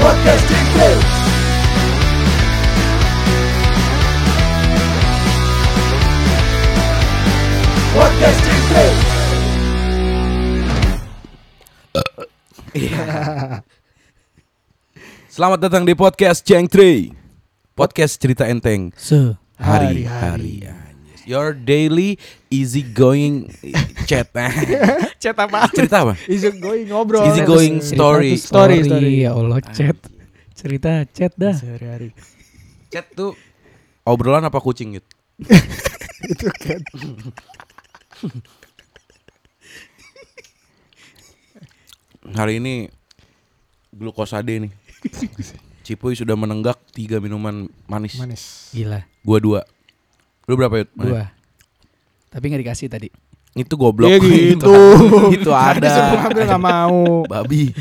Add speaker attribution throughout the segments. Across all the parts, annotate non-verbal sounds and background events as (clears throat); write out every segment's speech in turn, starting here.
Speaker 1: Podcasting Blues. Podcasting Blues.
Speaker 2: Selamat datang di podcast Jeng Tri Podcast cerita enteng
Speaker 3: So,
Speaker 2: Hari-hari Your daily easy going
Speaker 4: (laughs)
Speaker 2: chat Eh.
Speaker 4: Chat apa?
Speaker 2: Cerita apa?
Speaker 4: Easy going ngobrol.
Speaker 2: Easy going
Speaker 3: Cerita
Speaker 2: story
Speaker 3: tuh story,
Speaker 4: Story, story.
Speaker 3: ya Allah chat cerita chat dah
Speaker 4: Sehari-hari.
Speaker 2: Chat tuh obrolan apa kucing gitu?
Speaker 4: (laughs) Itu kan.
Speaker 2: Hari ini glukosade nih Cipuy sudah menenggak tiga minuman manis,
Speaker 4: Oh, Manis.
Speaker 3: gila
Speaker 2: Gua dua Lu berapa Yud?
Speaker 3: dua tapi nggak dikasih tadi
Speaker 2: Itu goblok
Speaker 4: Ya gitu.
Speaker 2: (laughs) Itu
Speaker 4: Disuruh
Speaker 2: ada
Speaker 4: ngambil nggak mau. (laughs)
Speaker 2: Babi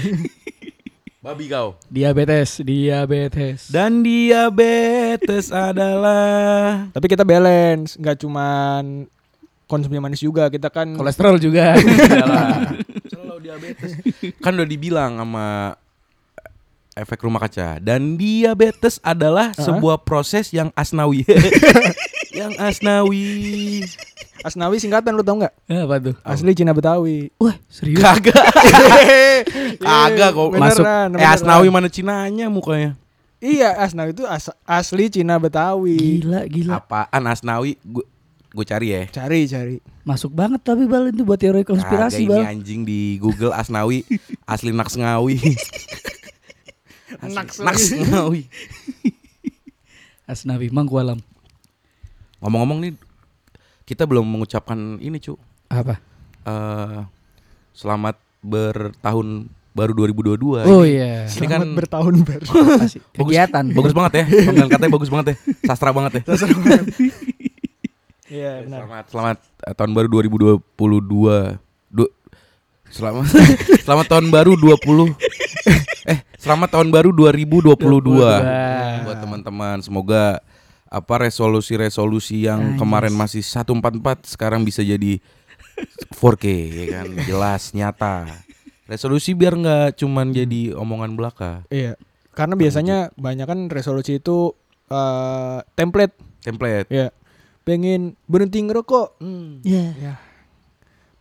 Speaker 2: Babi kau
Speaker 3: diabetes diabetes
Speaker 2: Dan (laughs) diabetes adalah
Speaker 4: Tapi kita balance, nggak cuman konsumsi manis juga. Kita kan
Speaker 3: Hmm. kolesterol juga (laughs)
Speaker 2: Selalu diabetes. Kan udah dibilang sama efek rumah kaca dan diabetes adalah sebuah proses yang (laughs) asnawi. yang (laughs) asnawi.
Speaker 4: Asnawi singkatan lu tau nggak?
Speaker 3: Eh, apa tuh
Speaker 4: Asli Cina Betawi.
Speaker 3: wah serius
Speaker 2: Kagak. (laughs) Kagak kok
Speaker 4: Beneran,
Speaker 2: masuk. Eh
Speaker 4: beneran.
Speaker 2: asnawi mana cinanya mukanya?
Speaker 4: Iya, Asnawi itu as- asli Cina Betawi.
Speaker 3: gila gila
Speaker 2: Apaan asnawi? Gue cari ya.
Speaker 4: Cari, cari.
Speaker 3: masuk banget tapi bal itu buat teori
Speaker 2: Kagak
Speaker 3: konspirasi
Speaker 2: ini
Speaker 3: bal
Speaker 2: anjing di Google asnawi asli naksnawi. Asli naksnawi.
Speaker 3: asnawi mangkualam
Speaker 2: Ngomong-ngomong nih kita belum mengucapkan ini, cu.
Speaker 3: apa
Speaker 2: eh selamat bertahun baru 2022.
Speaker 3: oh iya
Speaker 2: Ini kan
Speaker 4: Selamat bertahun baru.
Speaker 3: (laughs) Pasti. kegiatan
Speaker 2: bagus banget ya. Pemilihan katanya bagus banget ya. Sastra banget ya.
Speaker 4: Iya, benar.
Speaker 2: Selamat selamat eh, tahun baru 2022. Du- selamat (laughs) selamat tahun baru 20. Eh, selamat tahun baru 2022.
Speaker 3: 22.
Speaker 2: Buat teman-teman, semoga apa resolusi-resolusi yang kemarin masih 144 sekarang bisa jadi 4K ya kan jelas nyata. Resolusi biar nggak cuman jadi omongan belaka.
Speaker 4: Iya. Karena biasanya banyak kan resolusi itu eh, template.
Speaker 2: Template. Hmm.
Speaker 4: Iya. Pengen berhenti ngerokok.
Speaker 3: ya
Speaker 4: Ya.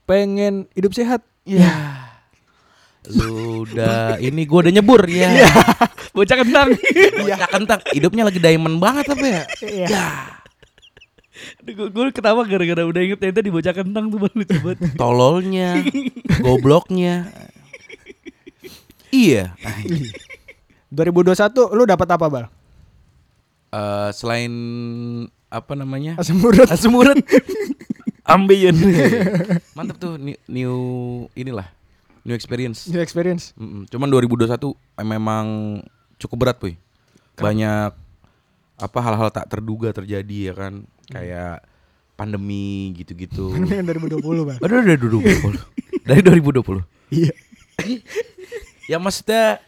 Speaker 4: Pengen hidup sehat.
Speaker 2: Ya. Sudah, ini gue udah nyebur ya.
Speaker 3: bocah kentang (laughs)
Speaker 2: Bocah kentang, hidupnya lagi diamond banget apa ya?
Speaker 3: gue ketawa gara-gara udah inget ente di bocah kentang tuh Bal, lucu banget
Speaker 2: Tololnya, gobloknya. Iya.
Speaker 4: 2021 lu dapat apa, Bal?
Speaker 2: Eh, selain apa namanya?
Speaker 4: Asam urat.
Speaker 2: Asam urat. Ambien. Mantap tuh ni- new inilah. New experience.
Speaker 4: New experience.
Speaker 2: Mm-mm. Cuman 2021 em- memang cukup berat, Puy. Banyak apa hal-hal tak terduga terjadi ya kan? Kayak pandemi gitu-gitu.
Speaker 4: (laughs)
Speaker 2: (laughs)
Speaker 4: Ini yang 2020, Bal.
Speaker 2: Aduh, dari 2020. dari 2020.
Speaker 4: Iya.
Speaker 2: Ya maksudnya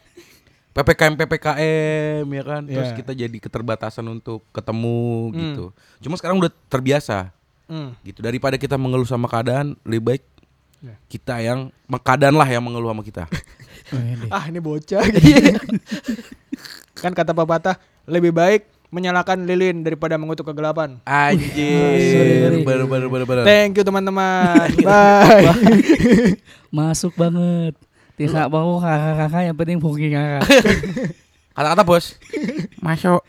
Speaker 2: PPKM PPKM ya kan. Terus
Speaker 4: Iya.
Speaker 2: kita jadi keterbatasan untuk ketemu
Speaker 4: Hmm.
Speaker 2: gitu. Cuma sekarang udah terbiasa
Speaker 4: Hmm.
Speaker 2: gitu. Daripada kita mengeluh sama keadaan, lebih baik
Speaker 4: Iya.
Speaker 2: kita yang keadaan lah yang mengeluh sama
Speaker 4: (laughs)
Speaker 2: kita.
Speaker 3: Oh, iya
Speaker 4: Ah, ini bocah. (laughs) kan kata pepatah, lebih baik menyalakan lilin daripada mengutuk kegelapan.
Speaker 2: Anjir, bener bener bener bener.
Speaker 4: Thank you (laughs) teman-teman. Bye.
Speaker 3: masuk banget tidak mau kakak-kakak yang penting booking kakak
Speaker 2: Kata-kata bos. Masuk.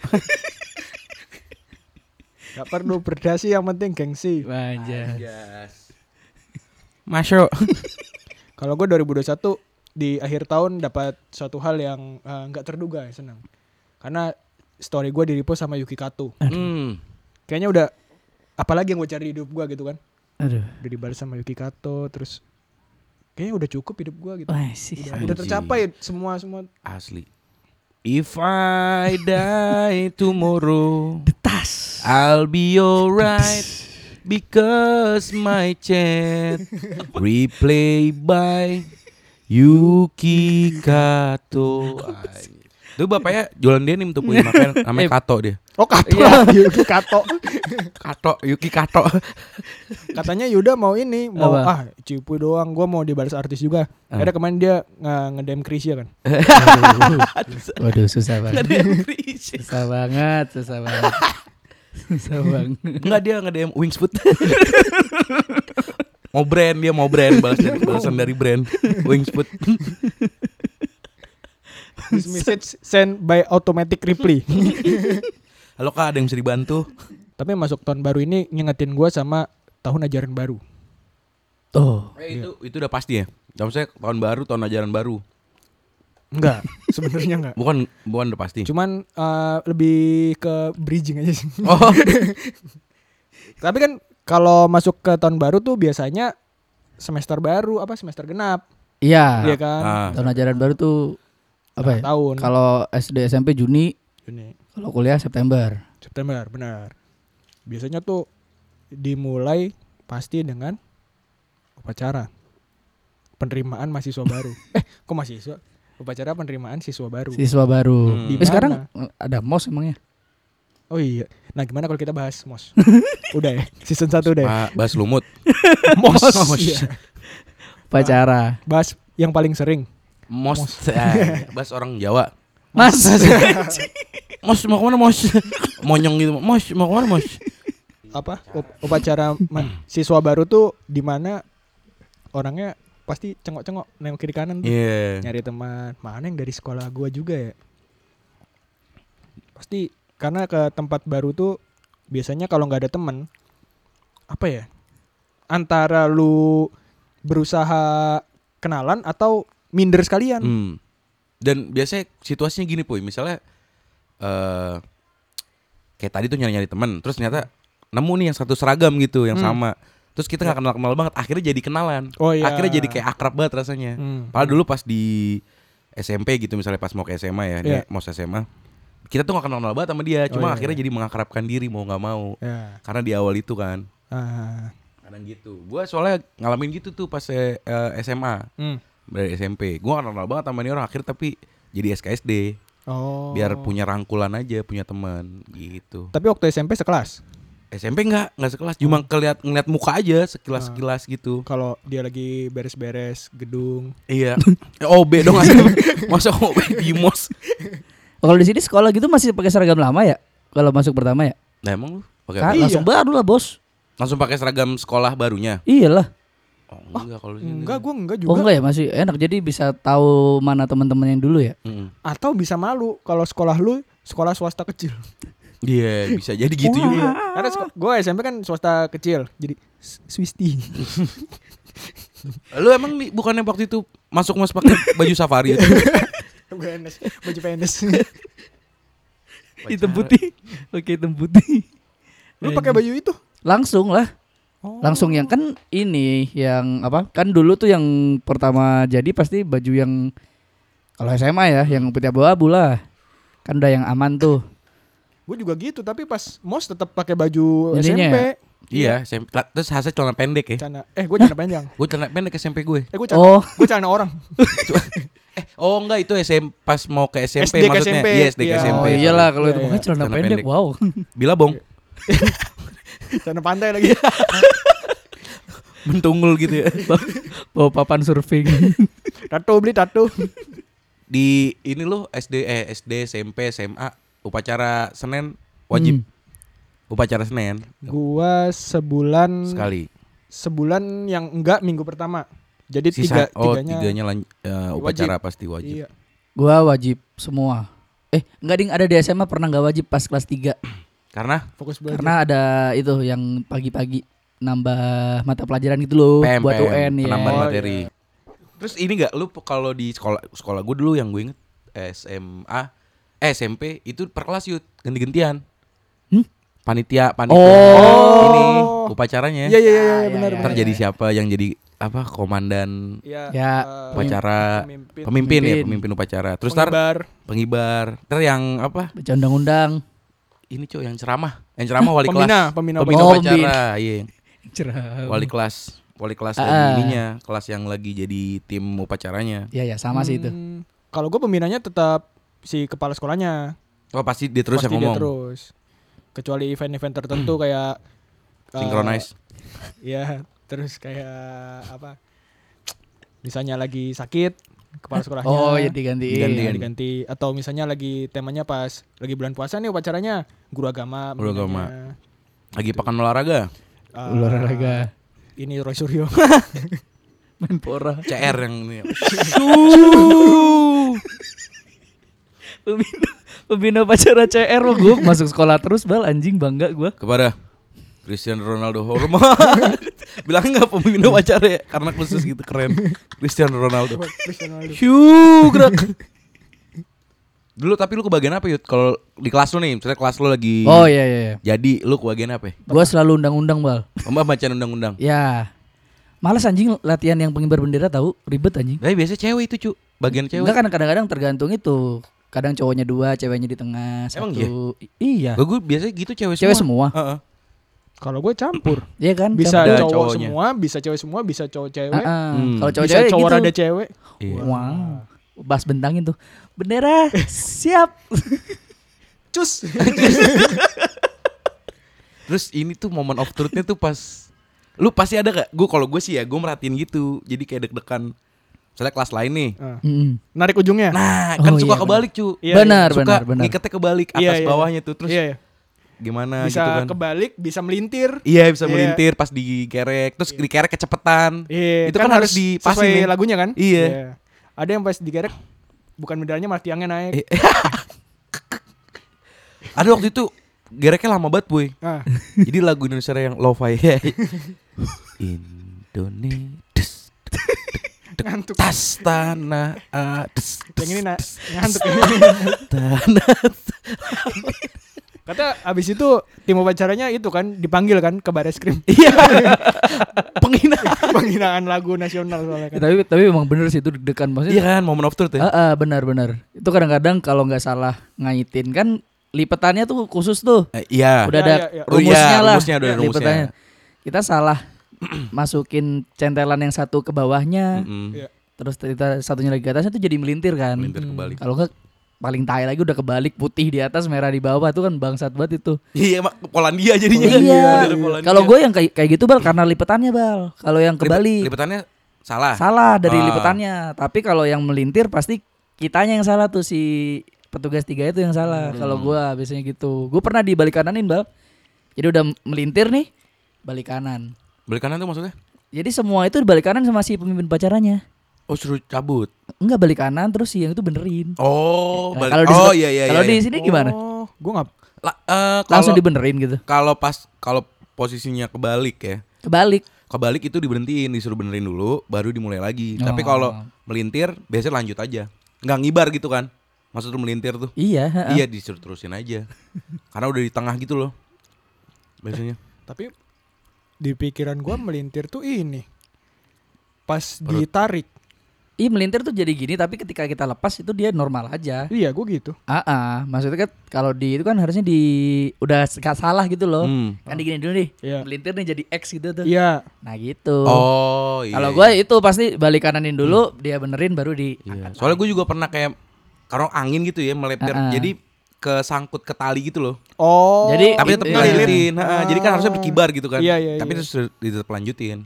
Speaker 4: Gak perlu berdasi yang penting gengsi.
Speaker 3: Anjay.
Speaker 2: Masuk.
Speaker 4: Kalau gue 2021 di akhir tahun dapat suatu hal yang eh, nggak terduga ya senang. Karena story gue di repost sama Yuki Kato.
Speaker 2: Hmm.
Speaker 4: Kayaknya udah apalagi yang gue cari di hidup gue gitu kan.
Speaker 3: Aduh.
Speaker 4: Udah dibalas sama Yuki Kato terus kayaknya udah cukup hidup gue gitu.
Speaker 3: Wah sih.
Speaker 4: Udah, udah tercapai semua semua
Speaker 2: Asli. If I die tomorrow,
Speaker 3: Tas.
Speaker 2: I'll be alright because my chat replay by Yuki Kato. Ay, Tuh bapaknya jualan denim tuh punya makanya namanya Kato dia.
Speaker 4: Oh kato (laughs) Yuki kato
Speaker 2: Kato, Yuki Kato.
Speaker 4: Katanya Yuda mau ini Mau
Speaker 3: Apa?
Speaker 4: ah Cipuy doang Gue mau dibalas artis juga
Speaker 2: Ah.
Speaker 4: Ada kemarin dia nge- Ngedem Krisya
Speaker 3: (laughs)
Speaker 4: kan
Speaker 3: Waduh susah banget.
Speaker 4: (laughs)
Speaker 3: susah banget, susah banget. (laughs) susah banget.
Speaker 2: Enggak dia nge-DM Wingsfoot. (laughs) mau brand dia mau brand balas dari balasan dari brand Wingsfoot.
Speaker 4: This message sent by automatic
Speaker 3: (laughs)
Speaker 4: reply
Speaker 2: Halo Kak, ada yang bisa dibantu?
Speaker 4: Tapi masuk tahun baru ini Ngingetin gue sama Tahun ajaran baru
Speaker 3: Oh,
Speaker 2: Eh, itu itu udah pasti ya. Tahun saya tahun baru, tahun ajaran baru.
Speaker 4: Enggak sebenarnya
Speaker 3: (laughs)
Speaker 4: enggak
Speaker 2: Bukan bukan udah pasti.
Speaker 4: Cuman eh, lebih ke bridging aja sih
Speaker 2: Oh.
Speaker 4: Tapi kan kalau masuk ke tahun baru tuh biasanya semester baru apa semester genap,
Speaker 3: iya.
Speaker 4: ya kan?
Speaker 2: Ah.
Speaker 3: Tahun ajaran baru tuh apa ya?
Speaker 4: Tahun
Speaker 3: Kalau SD SMP Juni,
Speaker 4: Juni,
Speaker 3: kalau kuliah September.
Speaker 4: September, benar. Biasanya tuh dimulai pasti dengan upacara penerimaan mahasiswa baru. eh, kok mahasiswa? Upacara penerimaan siswa baru.
Speaker 3: Siswa baru.
Speaker 2: Hmm.
Speaker 3: Tapi
Speaker 4: Di mana?
Speaker 3: sekarang eh, ada mos emangnya?
Speaker 4: Oh iya. Nah, gimana kalau kita bahas MOS? udah ya, season 1 udah. Ya?
Speaker 2: Pak Bas Lumut.
Speaker 4: MOS.
Speaker 2: Mos.
Speaker 4: Iya.
Speaker 3: Pacara.
Speaker 4: Bahas yang paling sering.
Speaker 2: Mos. Eh,
Speaker 4: (laughs)
Speaker 2: Bas orang Jawa.
Speaker 3: Mas.
Speaker 2: Mos mau kemana Mos? (laughs) Monyong gitu. Mos mau kemana Mos?
Speaker 4: apa up- upacara ma- siswa baru tuh di mana orangnya pasti cengok-cengok nengok kiri kanan tuh.
Speaker 2: Iya.
Speaker 4: nyari teman mana yang dari sekolah gua juga ya pasti karena ke tempat baru tuh biasanya kalau nggak ada teman apa ya antara lu berusaha kenalan atau minder sekalian
Speaker 2: Hmm. Dan biasanya situasinya gini puy, misalnya eh kayak tadi tuh nyari-nyari teman, terus ternyata nemu nih yang satu seragam gitu, yang
Speaker 4: Hmm.
Speaker 2: sama. Terus kita nggak kenal-kenal banget, akhirnya jadi kenalan.
Speaker 4: Oh, iya.
Speaker 2: Akhirnya jadi kayak akrab banget rasanya.
Speaker 4: Hmm.
Speaker 2: Padahal dulu pas di SMP gitu misalnya pas mau ke SMA ya,
Speaker 4: Iya.
Speaker 2: dia mau SMA. Kita tuh gak kenal-kenal banget sama dia,
Speaker 4: Oh,
Speaker 2: cuma
Speaker 4: iya,
Speaker 2: akhirnya jadi mengakrabkan diri mau nggak mau.
Speaker 4: ya
Speaker 2: Karena di awal itu kan.
Speaker 4: ah.
Speaker 2: Kadang gitu. Gua soalnya ngalamin gitu tuh pas eh, eh, SMA
Speaker 4: Hmm.
Speaker 2: dari SMP. Gua gak kenal banget sama ini orang akhir tapi jadi SKSD
Speaker 4: oh
Speaker 2: biar punya rangkulan aja, punya teman gitu.
Speaker 4: tapi waktu SMP sekelas
Speaker 2: SMP nggak nggak sekelas,
Speaker 4: Oh.
Speaker 2: cuma keliat ngeliat muka aja sekilas sekilas
Speaker 4: Ah.
Speaker 2: gitu.
Speaker 4: kalau dia lagi beres-beres gedung
Speaker 2: Iya. Eh,
Speaker 4: (laughs)
Speaker 2: OB dong asli. Masa OB di mos.
Speaker 3: (laughs) Kalau di sini sekolah gitu masih pakai seragam lama ya? Kalau masuk pertama ya?
Speaker 2: Nah emang lu pakai
Speaker 3: Kan
Speaker 2: apa?
Speaker 4: Iya.
Speaker 3: langsung baru lah bos.
Speaker 2: langsung pakai seragam sekolah barunya?
Speaker 3: Iyalah.
Speaker 2: Oh, enggak kalau di sini.
Speaker 4: enggak gua enggak
Speaker 3: Oh
Speaker 4: juga
Speaker 3: enggak ya masih enak jadi bisa tahu mana teman-teman yang dulu ya.
Speaker 2: Mm-mm.
Speaker 4: atau bisa malu kalau sekolah lu sekolah swasta kecil.
Speaker 2: Iya, bisa jadi gitu juga.
Speaker 4: Karena gue SMP kan swasta kecil, jadi s- Swisti. (laughs)
Speaker 2: Lu emang nih bukannya waktu itu masuk mas pakai baju safari itu?
Speaker 4: PNS, baju PNS.
Speaker 3: Hitam putih. (laughs) Oke, hitam putih.
Speaker 4: lu pakai baju itu?
Speaker 3: Langsung lah.
Speaker 2: Oh.
Speaker 3: Langsung yang kan ini yang apa? Kan dulu tuh yang pertama jadi pasti baju yang kalau SMA ya yang putih abu-abu lah. Kan udah yang aman tuh.
Speaker 4: Gue juga gitu, tapi pas mos tetap pakai baju
Speaker 3: Ininya
Speaker 4: SMP.
Speaker 2: Iya, SMP. Terus hasil celana pendek ya.
Speaker 4: Cana. Eh, gue celana panjang.
Speaker 2: Gue celana pendek SMP gue.
Speaker 4: Eh, gue celana,
Speaker 3: Oh,
Speaker 4: gua celana orang. (laughs)
Speaker 2: Eh, oh enggak itu SMP pas mau ke SMP
Speaker 4: SD ke
Speaker 2: maksudnya.
Speaker 4: SMP.
Speaker 2: Iya, SD ke
Speaker 4: Iya.
Speaker 2: SMP.
Speaker 3: oh iyalah kalau
Speaker 4: Iya,
Speaker 3: itu
Speaker 4: iya.
Speaker 3: pakai celana
Speaker 2: Celana
Speaker 3: pendek.
Speaker 2: pendek.
Speaker 3: Wow.
Speaker 2: Bila bong,
Speaker 4: Celana pantai lagi.
Speaker 2: bentungul gitu ya.
Speaker 3: (laughs)
Speaker 2: (laughs)
Speaker 3: Bawa papan surfing.
Speaker 4: tato beli tato.
Speaker 2: Di ini loh SD eh SD SMP SMA upacara Senin wajib
Speaker 3: Hmm.
Speaker 2: upacara Senin
Speaker 4: Gua sebulan
Speaker 2: sekali.
Speaker 3: Hmm.
Speaker 4: sebulan yang enggak minggu pertama. Jadi tiga
Speaker 2: Sisa oh
Speaker 4: tiganya,
Speaker 2: tiganya, Oh, lan- eh, upacara pasti wajib.
Speaker 4: Iya.
Speaker 3: (laughs) Gua wajib semua. Eh, enggak ding ada di SMA pernah nggak wajib pas kelas 3
Speaker 2: Karena
Speaker 4: Fokus belajar.
Speaker 3: karena ada itu yang pagi-pagi nambah mata pelajaran gitu loh
Speaker 2: PM,
Speaker 3: buat UN ya.
Speaker 2: penambahan
Speaker 4: Oh,
Speaker 2: materi. iya. Terus ini nggak lu p- kalau di sekolah sekolah gue dulu yang gue inget SMA eh SMP itu per kelas yut ganti-gantian.
Speaker 3: Hmm?
Speaker 2: Panitia panitia
Speaker 3: Oh.
Speaker 2: ini upacaranya.
Speaker 4: Iya iya iya
Speaker 3: Ya,
Speaker 4: benar.
Speaker 3: ya,
Speaker 2: Ntar
Speaker 4: benar.
Speaker 3: ya.
Speaker 2: jadi siapa yang jadi apa komandan
Speaker 4: Iya.
Speaker 3: Ya,
Speaker 4: eh,
Speaker 2: upacara
Speaker 4: pemimpin.
Speaker 2: pemimpin, ya
Speaker 3: Pemimpin.
Speaker 2: pemimpin upacara. Terus ntar
Speaker 4: pengibar.
Speaker 2: pengibar. Ntar yang apa?
Speaker 3: Baca undang-undang.
Speaker 2: Ini cuy yang ceramah, yang ceramah wali
Speaker 4: Pembina,
Speaker 2: kelas.
Speaker 4: pembina
Speaker 2: pembina
Speaker 3: upacara.
Speaker 2: upacara, iya.
Speaker 3: Cerah.
Speaker 2: Wali kelas, wali kelas
Speaker 3: Ah.
Speaker 2: lagi ininya, kelas yang lagi jadi tim upacaranya.
Speaker 3: Ya ya sama sih itu.
Speaker 4: Hmm, Kalau gue pembinanya tetap si kepala sekolahnya.
Speaker 2: Oh pasti dia terus yang
Speaker 4: Pasti dia
Speaker 2: ngomong.
Speaker 4: terus. Kecuali event-event
Speaker 2: (clears throat)
Speaker 4: tertentu kayak eh,
Speaker 2: Synchronize.
Speaker 4: Iya, terus kayak apa? Misalnya lagi sakit kepala sekolahnya.
Speaker 3: Oh, ya digantiin.
Speaker 2: Digantiin.
Speaker 4: Eh, Iya, diganti atau misalnya lagi temanya pas lagi bulan puasa nih upacaranya guru agama.
Speaker 2: Guru agama.
Speaker 4: misalnya.
Speaker 3: Ah.
Speaker 2: Lagi pakan olahraga.
Speaker 4: Eh,
Speaker 3: Olahraga.
Speaker 4: Ini Roy Suryo. (laughs)
Speaker 3: Menpora.
Speaker 2: CR yang
Speaker 3: (laughs)
Speaker 2: ini.
Speaker 3: Pembina, pembina pacara CR lo gue masuk sekolah terus bal anjing bangga gue.
Speaker 2: Kepada Cristiano Ronaldo hormat. (laughs) Bilang nggak pemimpin acara ya? karena khusus gitu keren. Cristiano Ronaldo. Hiu, gerak. Dulu tapi lu kebagian apa yut? Kalau di kelas lu nih, misalnya kelas lu lagi
Speaker 3: Oh iya iya. iya.
Speaker 2: jadi lu kebagian apa? ya?
Speaker 3: Gue selalu undang-undang bal.
Speaker 2: Mbak bacaan undang-undang.
Speaker 3: Ya. Males anjing latihan yang pengibar bendera tahu ribet anjing.
Speaker 2: Tapi biasanya cewek itu cu, bagian cewek.
Speaker 3: Enggak kan kadang-kadang tergantung itu. Kadang cowoknya dua, ceweknya di tengah
Speaker 2: Emang
Speaker 3: satu. I- Iya.
Speaker 2: Gue biasanya gitu cewek semua.
Speaker 3: Cewek semua.
Speaker 2: Heeh.
Speaker 4: Kalau gue campur,
Speaker 3: Iya kan?
Speaker 4: bisa
Speaker 2: Ada
Speaker 4: cowok
Speaker 3: Cewek-
Speaker 2: cowoknya.
Speaker 4: semua, bisa cewek semua, bisa cowok cewek.
Speaker 3: Ah, ah.
Speaker 2: Hmm.
Speaker 3: Kalau
Speaker 4: bisa
Speaker 3: cowok-cewek
Speaker 4: cowok
Speaker 3: gitu.
Speaker 4: rada cewek.
Speaker 2: Iya.
Speaker 3: Wow. Bas bentangin tuh. Bendera siap.
Speaker 2: (laughs)
Speaker 4: Cus.
Speaker 2: Terus ini tuh momen of truthnya tuh pas Lu pasti ada gak? Gue kalau gue sih ya gue merhatiin gitu Jadi kayak deg-degan Misalnya kelas lain nih
Speaker 4: Ah,
Speaker 3: Mm.
Speaker 4: Narik ujungnya.
Speaker 2: Nah kan
Speaker 3: Oh,
Speaker 2: suka
Speaker 3: iya,
Speaker 2: kebalik cu
Speaker 4: Iya,
Speaker 3: benar,
Speaker 2: Suka
Speaker 3: benar, benar.
Speaker 2: ngiketnya kebalik atas
Speaker 4: Iya, iya.
Speaker 2: bawahnya tuh Terus
Speaker 4: Iya, iya.
Speaker 2: gimana
Speaker 4: Bisa
Speaker 2: gitu kan
Speaker 4: kebalik, bisa melintir.
Speaker 2: Iya bisa
Speaker 4: Iya.
Speaker 2: melintir pas dikerek Terus dikerek kecepetan
Speaker 4: Iya,
Speaker 2: Itu kan, harus dipasin
Speaker 4: sesuai
Speaker 2: nih.
Speaker 4: lagunya kan?
Speaker 2: Iya.
Speaker 4: Ada yang pas digerek bukan benderanya malah tiangnya naik.
Speaker 2: Eh. (laughs) Ada waktu itu gereknya lama banget boy (laughs)
Speaker 4: Nah,
Speaker 2: Jadi lagu Indonesia Raya yang lo-fi (laughs) Indonesia des,
Speaker 4: ngantuk.
Speaker 2: Tas tanah ah, des, des,
Speaker 4: Yang ini na-
Speaker 2: des,
Speaker 4: ngantuk. (laughs)
Speaker 2: tanah
Speaker 4: Kata abis itu tim upacaranya itu kan dipanggil kan ke baris krim
Speaker 2: Iya Penghina
Speaker 4: (laughs) penghinaan lagu nasional soalnya
Speaker 3: Ya,
Speaker 4: kan.
Speaker 3: tapi tapi emang bener sih itu deg-degan
Speaker 2: Iya
Speaker 3: maksudnya.
Speaker 2: kan momen of truth ya
Speaker 3: Ah, ah, benar benar. Itu kadang-kadang kalau nggak salah ngaitin kan lipetannya tuh khusus tuh.
Speaker 2: Eh, Iya
Speaker 3: Udah
Speaker 4: Ya,
Speaker 3: ada
Speaker 4: ya, ya.
Speaker 2: Oh,
Speaker 3: rumusnya
Speaker 2: iya,
Speaker 3: lah.
Speaker 2: rumusnya, udah ada rumusnya. ya.
Speaker 3: lipetannya. Kita
Speaker 2: (clears throat)
Speaker 3: salah masukin centelan yang satu ke bawahnya,
Speaker 2: Mm-mm.
Speaker 4: Iya.
Speaker 3: terus kita satunya lagi ke atasnya tuh jadi melintir kan.
Speaker 2: Melintir kebalik
Speaker 3: Kalau nggak paling tai lagi udah kebalik putih di atas merah di bawah tuh kan bangsat banget itu.
Speaker 2: Iya mak Polandia jadinya kan
Speaker 3: Iya.
Speaker 2: Model Polandia.
Speaker 3: Kalau gue yang kayak kayak gitu bal karena lipetannya bal. Kalau yang
Speaker 2: Lipet-
Speaker 3: kebalik
Speaker 2: Lipetannya salah
Speaker 3: salah dari
Speaker 2: Ah.
Speaker 3: lipetannya. Tapi kalau yang melintir pasti kitanya yang salah tuh si petugas tiga itu yang salah.
Speaker 2: Hmm.
Speaker 3: Kalau gue biasanya gitu. Gue pernah di balik kananin bal. Jadi udah melintir nih balik kanan.
Speaker 2: Balik kanan tuh maksudnya
Speaker 3: Jadi semua itu balik kanan sama si pemimpin pacarannya.
Speaker 2: Oh suruh cabut
Speaker 3: Enggak balik kanan terus si yang itu benerin.
Speaker 2: Oh
Speaker 3: Nah,
Speaker 2: balik-
Speaker 3: kalau di
Speaker 2: Oh
Speaker 3: situ-
Speaker 2: iya iya
Speaker 3: Kalau
Speaker 2: iya,
Speaker 3: di
Speaker 2: iya.
Speaker 3: sini gimana?
Speaker 4: Oh, gue nggak
Speaker 2: La- eh,
Speaker 3: Langsung
Speaker 2: kalau-
Speaker 3: dibenerin gitu.
Speaker 2: Kalau pas Kalau posisinya kebalik ya
Speaker 3: Kebalik.
Speaker 2: kebalik itu diberhentiin disuruh benerin dulu baru dimulai lagi tapi
Speaker 3: Oh.
Speaker 2: kalau melintir biasanya lanjut aja nggak ngibar gitu kan maksud lu melintir tuh
Speaker 3: Iya, heeh.
Speaker 2: iya disuruh terusin aja karena udah di tengah gitu loh biasanya
Speaker 4: Tapi di pikiran gua melintir tuh ini pas ditarik.
Speaker 3: Ih melintir tuh jadi gini tapi ketika kita lepas itu dia normal
Speaker 2: Eh?
Speaker 3: aja.
Speaker 4: Iya, gue gitu.
Speaker 3: Ah, ah. maksudnya kan kalau di itu kan harusnya di udah s- nggak salah gitu loh.
Speaker 2: Hmm.
Speaker 3: Kan digini dulu nih.
Speaker 4: Iya.
Speaker 3: Melintir nih jadi X gitu tuh.
Speaker 4: Iya,
Speaker 3: Nah gitu.
Speaker 2: oh iya
Speaker 3: Kalau
Speaker 2: iya. Hmm.
Speaker 3: gue itu pasti balik kananin dulu, dia benerin baru di
Speaker 2: Iya. soalnya gue juga pernah kayak karena angin gitu ya melintir
Speaker 3: Ah, ah.
Speaker 2: jadi kesangkut ke tali gitu loh
Speaker 4: Oh.
Speaker 3: Jadi-
Speaker 2: tapi tetap
Speaker 3: Iya.
Speaker 2: dilanjutin Ah, jadi kan harusnya berkibar gitu kan
Speaker 4: Iya, iya,
Speaker 2: tapi
Speaker 4: iya.
Speaker 2: terus tetap lanjutin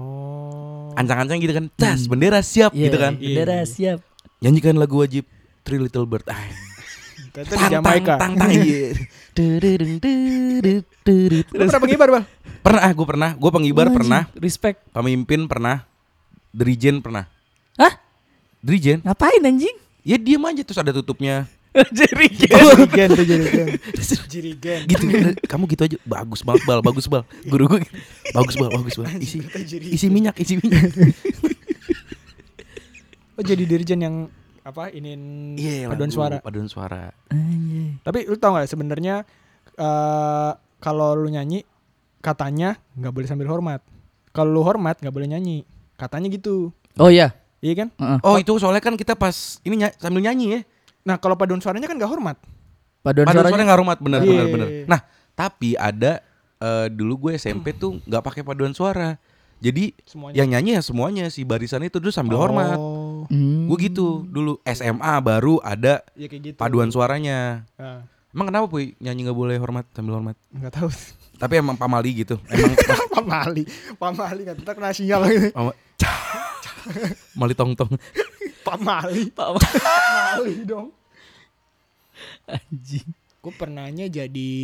Speaker 4: oh.
Speaker 2: ancang-ancang gitu kan tas bendera siap
Speaker 3: Iya,
Speaker 2: gitu kan
Speaker 4: Iya.
Speaker 3: Bendera siap.
Speaker 2: nyanyikan lagu wajib Three Little Bird ah.
Speaker 4: Ternyata di Jamaika.
Speaker 2: tang tang iya.
Speaker 3: (laughs)
Speaker 2: Dududung, dududuk, dududuk.
Speaker 4: Lu pernah pengibar,
Speaker 2: (laughs)
Speaker 4: Bang?
Speaker 2: pernah ah, gue pernah gue pengibar
Speaker 3: Wah,
Speaker 2: pernah
Speaker 3: anjing. Respect.
Speaker 2: pemimpin pernah dirijen pernah
Speaker 3: Hah?
Speaker 2: dirijen
Speaker 3: Ngapain anjing? (laughs)
Speaker 2: ya diem aja terus ada tutupnya
Speaker 3: jadi
Speaker 2: Oh.
Speaker 4: Jirigen tuh jirigen. Jirigen.
Speaker 2: gitu kamu gitu aja bagus banget bal bagus bal guru gue gitu. bagus bal bagus bal isi isi minyak isi minyak
Speaker 4: Oh, jadi dirjen yang apa? Inin paduan
Speaker 2: Iya, lagu,
Speaker 4: suara.
Speaker 2: paduan suara
Speaker 3: Anjay.
Speaker 4: Tapi lu tau gak sebenarnya eh kalau lu nyanyi katanya nggak boleh sambil hormat. Kalau lu hormat nggak boleh nyanyi. Katanya gitu.
Speaker 3: (laughs) Oh iya.
Speaker 4: Iya kan?
Speaker 3: Heeh.
Speaker 2: oh itu soalnya kan kita pas ini ny- sambil nyanyi ya
Speaker 4: Nah, kalau paduan suaranya kan nggak hormat.
Speaker 3: Paduan,
Speaker 2: paduan suara
Speaker 3: suaranya
Speaker 2: nggak hormat bener
Speaker 4: Iya.
Speaker 2: bener bener nah tapi ada eh, dulu gue SMP tuh nggak pakai paduan suara jadi
Speaker 4: Semuanya.
Speaker 2: yang nyanyi ya semuanya si barisan itu dulu sambil hormat
Speaker 4: Oh.
Speaker 3: Hmm.
Speaker 2: Gue gitu dulu SMA baru ada
Speaker 4: Ya kayak gitu.
Speaker 2: paduan suaranya.
Speaker 4: Ah,
Speaker 2: Emang kenapa Puy nyanyi nggak boleh hormat sambil hormat?
Speaker 4: nggak tahu. (laughs)
Speaker 2: Tapi emang pamali gitu. Emang (laughs)
Speaker 4: Pamali, pamali nggak tetap kena sinyal ini.
Speaker 2: pama- mali tong tong.
Speaker 4: Pamali,
Speaker 3: Pam-
Speaker 4: pamali dong.
Speaker 3: (laughs) Anjing.
Speaker 4: Gue pernahnya jadi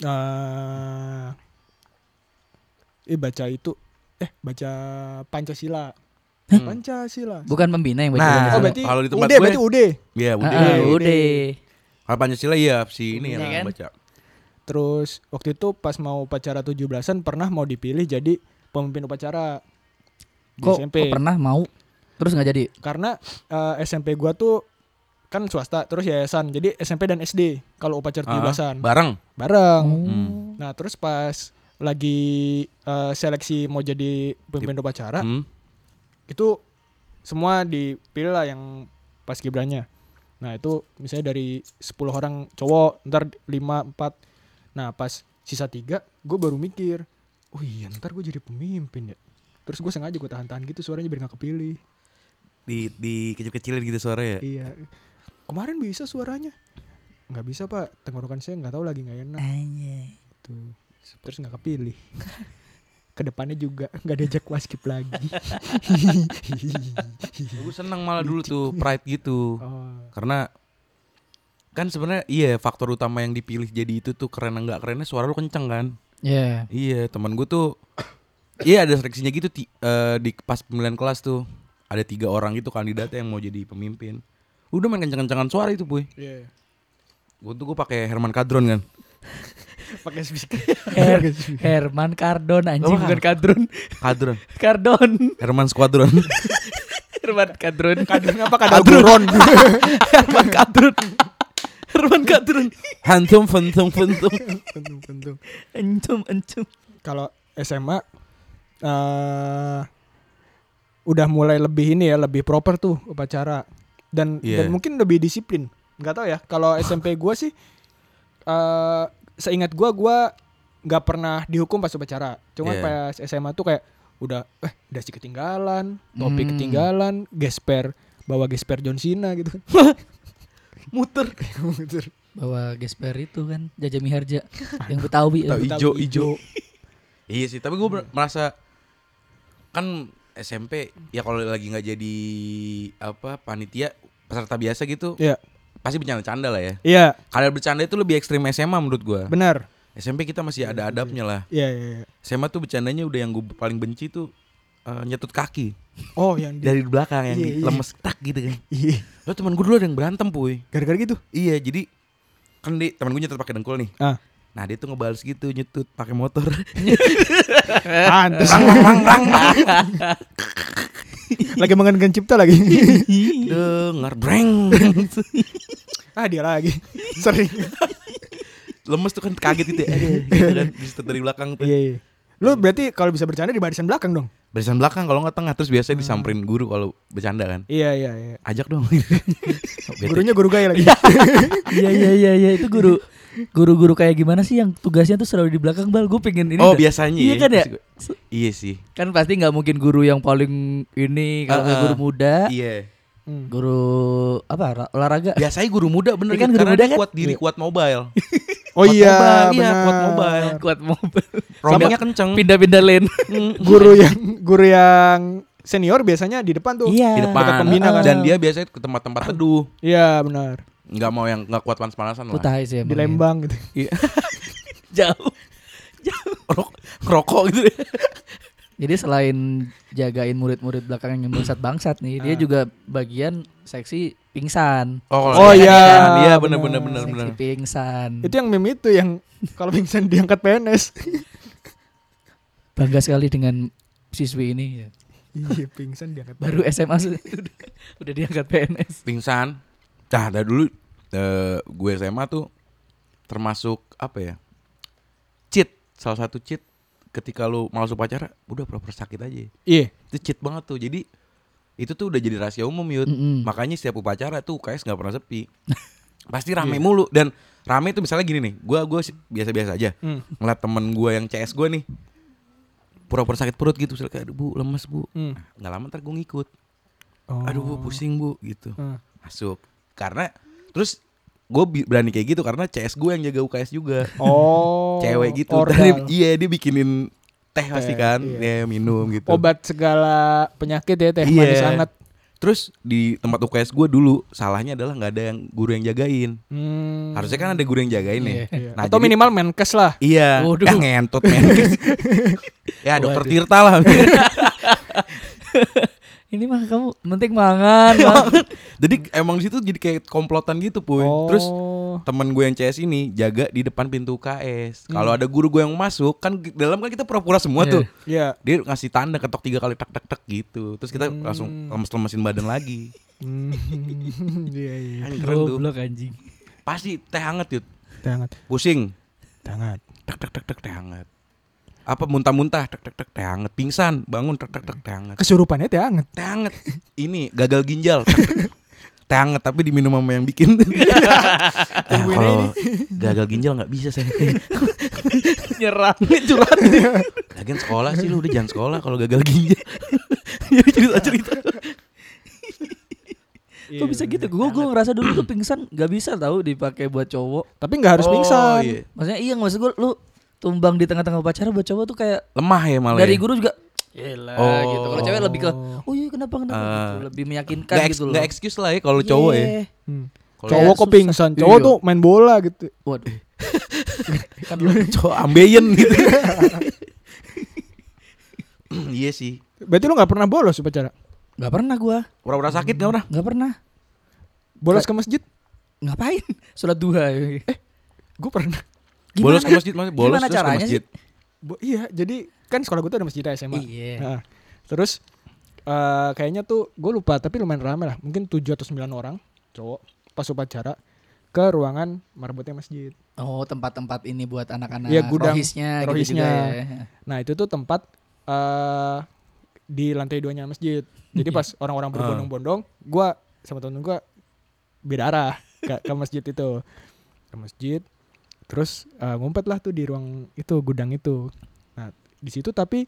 Speaker 4: eh eh baca itu eh baca Pancasila. Pancasila.
Speaker 3: Bukan pembina yang baca
Speaker 2: Nah.
Speaker 3: Pancasila.
Speaker 4: Oh berarti
Speaker 2: Hmm. Kalau di tempat
Speaker 4: udah
Speaker 2: gue-
Speaker 4: berarti udah.
Speaker 2: Iya,
Speaker 3: Ah,
Speaker 2: udah.
Speaker 3: ah,
Speaker 4: Ude.
Speaker 3: Ude.
Speaker 2: Kalau Pancasila iya si ini yang
Speaker 3: Iya kan?
Speaker 2: baca.
Speaker 4: Terus waktu itu pas mau upacara 17-an pernah mau dipilih jadi pemimpin upacara di
Speaker 3: Kok,
Speaker 4: SMP.
Speaker 3: kok pernah mau terus nggak jadi?
Speaker 4: Karena eh, SMP gua tuh kan swasta terus yayasan. Jadi SMP dan SD kalau upacara
Speaker 2: Ah,
Speaker 4: 17-an
Speaker 2: bareng.
Speaker 4: bareng.
Speaker 2: Hmm.
Speaker 4: Nah, terus pas lagi eh, seleksi mau jadi pemimpin upacara
Speaker 2: Hmm.
Speaker 4: itu semua dipilih lah yang pas kibranya. Nah itu misalnya dari 10 orang cowok ntar 5, 4 Nah pas sisa tiga gue baru mikir Oh iya ntar gue jadi pemimpin ya Terus gue sengaja gue tahan-tahan gitu suaranya biar gak kepilih
Speaker 2: Di di kecil-kecilin gitu suaranya.
Speaker 4: Iya Kemarin bisa suaranya nggak bisa pak tenggorokan saya nggak tahu lagi nggak
Speaker 3: Eh.
Speaker 4: enak tuh terus nggak kepilih (laughs) kedepannya juga nggak diajak waskip lagi
Speaker 2: Gue seneng malah dulu tuh pride gitu.
Speaker 4: oh,
Speaker 2: Karena kan sebenarnya iya faktor utama yang dipilih jadi itu tuh keren enggak kerennya suara lu kenceng kan.
Speaker 3: Iya.
Speaker 2: Iya, teman gue tuh Iya ada seleksinya gitu ti- eh, di pas pemilihan kelas tuh ada tiga orang gitu kandidatnya yang mau jadi pemimpin. Udah main kenceng-kencengan suara itu puy.
Speaker 4: iya
Speaker 2: Gue tuh gue pakai Herman Kadron kan.
Speaker 4: pakai speaker
Speaker 3: Her- Herman Cardon anjing
Speaker 2: Apa?
Speaker 3: bukan Kadrun.
Speaker 2: Kadron.
Speaker 3: Cardon.
Speaker 2: Herman Squadron.
Speaker 3: Herman Kadrun.
Speaker 4: kadrun apa kadrun
Speaker 3: (laughs) Herman Kadrun. Herman Kadrun.
Speaker 2: Hantum fentum fentum.
Speaker 3: Encum encum.
Speaker 4: kalau SMA eh udah mulai lebih ini ya lebih proper tuh upacara dan
Speaker 2: Iya.
Speaker 4: dan mungkin lebih disiplin nggak tahu ya kalau SMP gua sih eh seingat gua gua nggak pernah dihukum pas upacara cuman
Speaker 2: Iya.
Speaker 4: pas SMA tuh kayak udah eh dasi ketinggalan topi
Speaker 3: Hmm.
Speaker 4: ketinggalan gesper bawa gesper John Cena gitu muter muter
Speaker 3: Bawa Gesper itu kan Jajami Harja yang Betawi.
Speaker 2: Tahu
Speaker 3: ya.
Speaker 2: ijo ijo. Iya sih, tapi gue merasa kan SMP ya kalau lagi nggak jadi apa panitia peserta biasa gitu
Speaker 4: iya
Speaker 2: pasti bercanda-canda lah ya.
Speaker 4: iya
Speaker 2: Kalau bercanda itu lebih ekstrim SMA menurut gua.
Speaker 4: benar
Speaker 2: SMP kita masih ada adabnya lah.
Speaker 4: iya iya iya.
Speaker 2: SMA tuh bercandanya udah yang gue paling benci tuh eh, nyetut kaki
Speaker 4: oh yang di-
Speaker 2: dari belakang yang
Speaker 4: Iya,
Speaker 2: di-
Speaker 4: iya.
Speaker 2: lemes tak gitu kan.
Speaker 4: iya
Speaker 2: Lo teman gue dulu ada yang berantem puy.
Speaker 4: gara-gara gitu
Speaker 2: Iya jadi kan di teman gue nyetut pakai dengkul nih.
Speaker 4: Ah.
Speaker 2: Nah dia tuh ngebales gitu nyetut pakai
Speaker 4: (laughs)
Speaker 2: motor.
Speaker 4: Pantes. (laughs)
Speaker 2: rang rang rang rang.
Speaker 4: lagi mengenkan cipta (laughs) lagi.
Speaker 2: Dengar breng. (laughs)
Speaker 4: ah dia lagi. Sering.
Speaker 2: Lemes tuh kan kaget gitu ya. Aduh, (laughs) gitu kan disetut dari belakang tuh.
Speaker 4: Iya iya. Lu berarti kalau bisa bercanda di barisan belakang dong.
Speaker 2: Barisan belakang kalau nggak tengah terus biasanya
Speaker 4: Hmm.
Speaker 2: disamperin guru kalau bercanda kan.
Speaker 4: Iya iya iya.
Speaker 2: Ajak
Speaker 4: (laughs)
Speaker 2: dong. Bete.
Speaker 4: Gurunya guru gaya lagi.
Speaker 3: Iya iya iya iya itu guru guru-guru kayak gimana sih yang tugasnya tuh selalu di belakang bal gue pengen ini
Speaker 2: Oh
Speaker 3: dah.
Speaker 2: biasanya
Speaker 3: iya kan ya
Speaker 2: Pasti gua- Iya sih
Speaker 3: kan pasti nggak mungkin guru yang paling ini kalau
Speaker 2: Ah,
Speaker 3: nggak
Speaker 2: ah.
Speaker 3: guru muda
Speaker 2: Iya
Speaker 4: Hmm.
Speaker 3: guru apa olah- olahraga
Speaker 2: Biasanya guru muda bener
Speaker 3: Iya kan,
Speaker 2: gitu,
Speaker 3: guru
Speaker 2: karena
Speaker 3: muda
Speaker 2: dia
Speaker 3: kan?
Speaker 2: kuat diri
Speaker 4: Iya.
Speaker 2: kuat mobile
Speaker 4: Oh
Speaker 2: Kuat
Speaker 4: iya,
Speaker 2: mobile, iya,
Speaker 4: benar.
Speaker 2: kuat mobile.
Speaker 3: kuat mobil
Speaker 2: Roamingnya kenceng
Speaker 3: pindah-pindah lane
Speaker 2: Mm,
Speaker 4: Guru yang guru yang senior biasanya di depan tuh.
Speaker 3: iya
Speaker 2: Di
Speaker 4: Dekat
Speaker 2: depan
Speaker 4: pembina kan.
Speaker 2: Dan dia biasanya ke tempat-tempat teduh
Speaker 4: Iya, benar.
Speaker 2: Gak mau yang gak kuat panas-panasan lah
Speaker 3: Putai sih
Speaker 4: Di
Speaker 3: emang ya.
Speaker 4: Lembang gitu.
Speaker 3: (laughs) jauh
Speaker 2: Rok- Rokok gitu deh
Speaker 3: jadi selain jagain murid-murid belakang yang bangsat-bangsat nih dia
Speaker 4: Ah.
Speaker 3: juga bagian seksi pingsan
Speaker 2: Oh,
Speaker 4: Oh,
Speaker 2: iya
Speaker 4: iya,
Speaker 2: Iya
Speaker 4: bener.
Speaker 2: bener-bener bener,
Speaker 3: seksi
Speaker 2: bener.
Speaker 3: pingsan
Speaker 4: Itu yang meme itu yang kalau pingsan diangkat PNS.
Speaker 3: bangga sekali dengan siswi ini ya.
Speaker 4: iya, pingsan diangkat. PNS.
Speaker 3: baru SMA sudah (laughs) udah diangkat PNS
Speaker 2: Pingsan Nah dari dulu eh, Gue SMA tuh Termasuk apa ya Cheat Salah satu cheat Ketika lu malas upacara Udah proper sakit aja
Speaker 4: Iya.
Speaker 2: itu cheat banget tuh jadi itu tuh udah jadi rahasia umum yud
Speaker 3: Mm-mm.
Speaker 2: makanya setiap upacara tuh UKS nggak pernah
Speaker 4: (laughs)
Speaker 2: sepi pasti rame
Speaker 4: Iya.
Speaker 2: mulu dan rame tuh misalnya gini nih gua gua si- biasa-biasa aja
Speaker 4: Hmm.
Speaker 2: ngeliat temen gua yang CS gua nih pura-pura sakit perut gitu misalnya kayak aduh bu lemes bu
Speaker 4: Hmm.
Speaker 2: nggak lama ntar gue ngikut
Speaker 4: Oh.
Speaker 2: aduh bu pusing bu gitu
Speaker 4: Hmm.
Speaker 2: masuk karena terus gue berani kayak gitu karena CS gue yang jaga UKS juga
Speaker 4: Oh.
Speaker 2: cewek gitu
Speaker 4: ordal.
Speaker 2: Tadi- (laughs) iya dia bikinin teh pasti
Speaker 4: Teh,
Speaker 2: kan Dia
Speaker 4: iya.
Speaker 2: minum gitu
Speaker 4: Obat segala penyakit ya teh manis
Speaker 2: Iya.
Speaker 4: anget.
Speaker 2: terus di tempat UKS gue dulu salahnya adalah nggak ada yang guru yang jagain
Speaker 4: Hmm.
Speaker 2: harusnya kan ada guru yang jagain nih
Speaker 4: Iya.
Speaker 2: Nah,
Speaker 4: Atau
Speaker 2: jadi-
Speaker 4: minimal menkes lah.
Speaker 2: Iya,
Speaker 3: Waduh.
Speaker 2: Eh, ngentot
Speaker 4: (laughs)
Speaker 2: men. ya dokter Tirta lah. (laughs)
Speaker 3: Ini mah kamu penting mangan.
Speaker 4: (laughs)
Speaker 3: Mang.
Speaker 2: jadi emang di situ jadi kayak komplotan gitu puy. Terus
Speaker 4: Oh.
Speaker 2: teman gue yang CS ini jaga di depan pintu KS. Kalau ada guru gue yang masuk kan di dalam kan kita pura-pura semua
Speaker 3: Iya.
Speaker 2: tuh.
Speaker 4: Hmm. Iya.
Speaker 2: Dia ngasih tanda ketok tiga kali tak tak tak gitu. Terus kita langsung lemes-lemesin badan lagi.
Speaker 4: Hmm. (laughs) Iya iya.
Speaker 2: Kan keren tuh.
Speaker 3: Goblok anjing.
Speaker 2: Pasti teh hangat yut.
Speaker 4: Tangat.
Speaker 2: Pusing.
Speaker 4: Tangat.
Speaker 2: Tak tak tak tak teh hangat. Apa muntah-muntah tak tak tak teh hangat. Pingsan, bangun tak tak tak teh hangat.
Speaker 4: Kesurupannya teh anget.
Speaker 2: teh anget ini gagal ginjal teh anget tapi diminum sama yang bikin Eh, kalau gagal ginjal nggak bisa saya
Speaker 3: (laughs) Nyerang.
Speaker 4: (laughs)
Speaker 2: curhat lagian sekolah sih lu udah jangan sekolah kalau gagal ginjal (laughs) jadi cerita cerita
Speaker 4: Iya,
Speaker 3: Kok bisa gitu? Gue gue ngerasa dulu tuh pingsan gak bisa tahu dipakai buat cowok.
Speaker 4: Tapi nggak
Speaker 2: Oh,
Speaker 4: harus pingsan.
Speaker 3: Maksudnya iya maksud gue lu tumbang di tengah-tengah upacara buat cowok tuh kayak
Speaker 2: lemah ya malah
Speaker 3: dari
Speaker 2: ya?
Speaker 3: guru juga Yelah
Speaker 2: Oh.
Speaker 3: gitu. Kalau cewek lebih ke oh iya kenapa kenapa gitu, lebih meyakinkan
Speaker 2: nggak eks-
Speaker 3: gitu loh.
Speaker 2: nggak excuse lah ya Ah. kalau cowok ya
Speaker 3: Iya.
Speaker 4: Hmm.
Speaker 2: Kalau-
Speaker 4: Cowok kok
Speaker 3: Susah.
Speaker 4: pingsan. Cowok
Speaker 3: Iya.
Speaker 4: tuh main bola gitu.
Speaker 2: (laughs)
Speaker 3: Waduh. kan
Speaker 2: cowok ambeien gitu (laughs) iya sih
Speaker 4: Berarti lu nggak pernah bolos upacara?
Speaker 3: Gak pernah gua
Speaker 2: pura-pura sakit nggak pernah
Speaker 3: Gak pernah
Speaker 4: Bolos ke masjid?
Speaker 3: Ngapain (laughs) Sholat duha Eh
Speaker 4: Gue pernah.
Speaker 2: bolos ke masjid maksudnya bolos
Speaker 3: gimana
Speaker 2: terus ke
Speaker 3: caranya
Speaker 2: masjid
Speaker 4: Bo- iya, jadi kan sekolah gue tuh ada masjid SMA.
Speaker 3: Iya.
Speaker 4: Nah, terus eh, kayaknya tuh gue lupa tapi lumayan ramai lah, mungkin 7 atau 9 orang cowok pas upacara ke ruangan marbotnya masjid.
Speaker 3: Oh tempat-tempat ini buat anak-anak
Speaker 4: Iya, gudang.
Speaker 3: Rohisnya gitu
Speaker 4: Rohisnya.
Speaker 3: juga ya.
Speaker 4: Nah, itu tuh tempat eh di lantai duanya masjid. Jadi pas orang-orang berbondong-bondong, gua sama temen gua beda arah ke, ke masjid itu. Ke masjid. Terus eh, ngumpet lah tuh di ruang itu, gudang itu. Nah, di situ tapi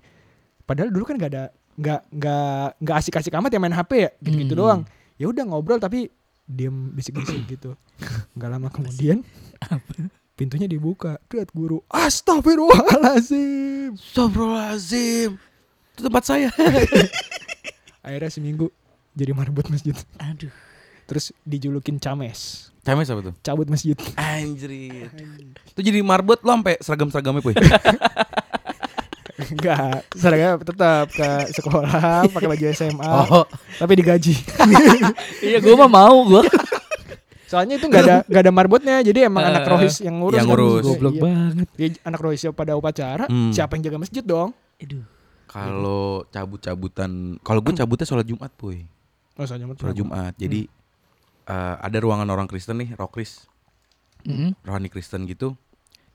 Speaker 4: padahal dulu kan nggak ada nggak nggak nggak asik-asik amat ya main HP ya, gitu-gitu doang.
Speaker 3: Hmm.
Speaker 4: Ya udah ngobrol tapi diem bisik-bisik gitu. Nggak lama kemudian pintunya dibuka. Lihat guru. Astagfirullahalazim.
Speaker 2: Astagfirullahaladzim Itu tempat (laughs) saya
Speaker 4: akhirnya seminggu jadi marbot masjid
Speaker 3: Aduh
Speaker 4: terus dijulukin cames
Speaker 2: Cames apa tuh?
Speaker 4: cabut masjid
Speaker 2: Anjir Itu jadi marbot lo sampe seragam-seragamnya (laughs) puy
Speaker 4: (laughs) enggak seragam tetap ke sekolah pakai baju SMA
Speaker 2: Oh
Speaker 4: tapi digaji
Speaker 3: (laughs) Iya gue mah mau (laughs) gue
Speaker 4: soalnya itu nggak ada nggak ada marbotnya jadi emang
Speaker 3: Eh,
Speaker 4: anak rohis yang ngurus
Speaker 2: yang
Speaker 4: kan.
Speaker 2: ngurus.
Speaker 4: Iya,
Speaker 3: Goblok
Speaker 4: iya.
Speaker 3: banget
Speaker 4: Ya, anak rohis yang pada upacara
Speaker 2: Hmm.
Speaker 4: siapa yang jaga masjid dong
Speaker 3: Aduh
Speaker 2: Kalau cabut-cabutan Kalau gue cabutnya sholat Jumat puy
Speaker 4: oh, soalnya menurut
Speaker 2: Sholat
Speaker 4: gua.
Speaker 3: Hmm.
Speaker 2: Jumat Jadi eh, Ada ruangan orang Kristen nih Rokris
Speaker 3: Mm-mm.
Speaker 2: Rohani Kristen gitu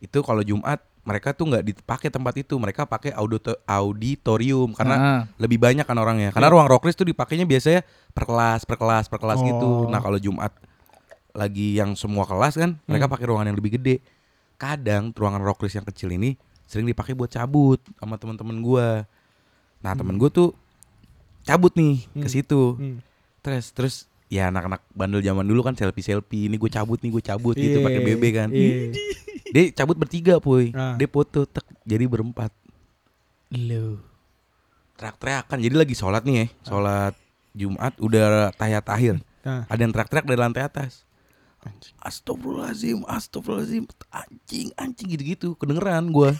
Speaker 2: Itu kalau Jumat Mereka tuh nggak dipakai tempat itu Mereka pakai audito- auditorium Karena
Speaker 3: Ah.
Speaker 2: lebih banyak kan orangnya
Speaker 4: Iya.
Speaker 2: karena ruang rokris tuh dipakainya biasanya per kelas per kelas per kelas gitu
Speaker 4: Oh.
Speaker 2: nah kalau jumat lagi yang semua kelas kan mereka
Speaker 4: Hmm.
Speaker 2: pakai ruangan yang lebih gede kadang ruangan rokris yang kecil ini sering dipakai buat cabut sama teman-teman gua nah temen gua tuh cabut nih ke
Speaker 4: Hmm.
Speaker 2: situ
Speaker 4: Hmm.
Speaker 2: terus terus ya anak-anak bandel zaman dulu kan selfie selfie ini gue cabut nih gue cabut gitu
Speaker 4: Iya,
Speaker 2: pakai BB kan
Speaker 4: iya.
Speaker 2: dia cabut bertiga puy
Speaker 4: Ah.
Speaker 2: dia foto tek jadi berempat
Speaker 3: Lo
Speaker 2: teriak-teriakan. Jadi lagi sholat nih ya, sholat Jumat udah tayat akhir.
Speaker 4: Nah.
Speaker 2: Ada yang teriak-teriak dari lantai atas. Astagfirullahaladzim, astagfirullahaladzim, anjing, anjing gitu-gitu, kedengeran
Speaker 3: (coughs)
Speaker 2: gua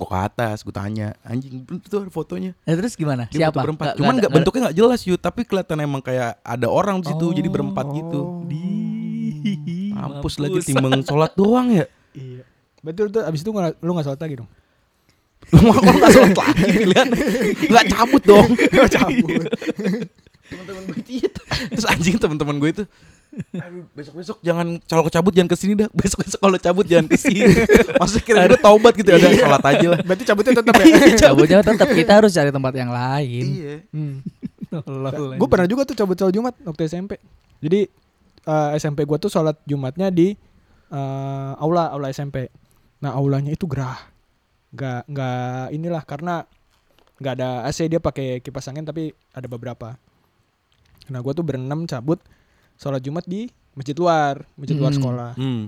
Speaker 2: Gue ke atas, gue tanya, anjing itu ada fotonya.
Speaker 3: Nah terus gimana?
Speaker 2: Dia foto
Speaker 3: Siapa?
Speaker 2: berempat.
Speaker 3: Nggak-
Speaker 2: Cuman
Speaker 3: nggak
Speaker 2: nggak
Speaker 3: ada-
Speaker 2: bentuknya nggak jelas yuk, tapi kelihatan emang kayak ada orang di situ, jadi berempat gitu.
Speaker 3: Oh. Di-
Speaker 2: Mampus lagi timbang sholat doang ya.
Speaker 4: iya betul tuh abis itu lu nggak- lu nggak sholat lagi dong
Speaker 2: Lu mau nggak sholat lagi pilihan? Nggak cabut dong. Iya.
Speaker 4: Nggak cabut
Speaker 2: teman-teman gue itu terus anjing teman-teman gue itu "Aduh, besok-besok jangan kalau cabut jangan kesini dah besok-besok kalau cabut jangan kesini maksudnya kira-kira taubat gitu ya udah sholat aja lah
Speaker 4: Iya. berarti cabutnya tetap
Speaker 3: Iya.
Speaker 4: ya
Speaker 3: Cabutnya tetap kita harus cari tempat yang lain.
Speaker 2: iya
Speaker 4: Gue Nah, pernah juga tuh cabut sholat Jumat waktu SMP. Jadi eh, SMP gue tuh sholat Jumatnya di eh, aula aula SMP. Nah aulanya itu gerah, nggak nggak inilah karena nggak ada AC dia pakai kipas angin tapi ada beberapa. Nah gue tuh berenam cabut sholat Jumat di masjid luar, masjid luar
Speaker 3: Hmm.
Speaker 4: sekolah.
Speaker 2: Hmm.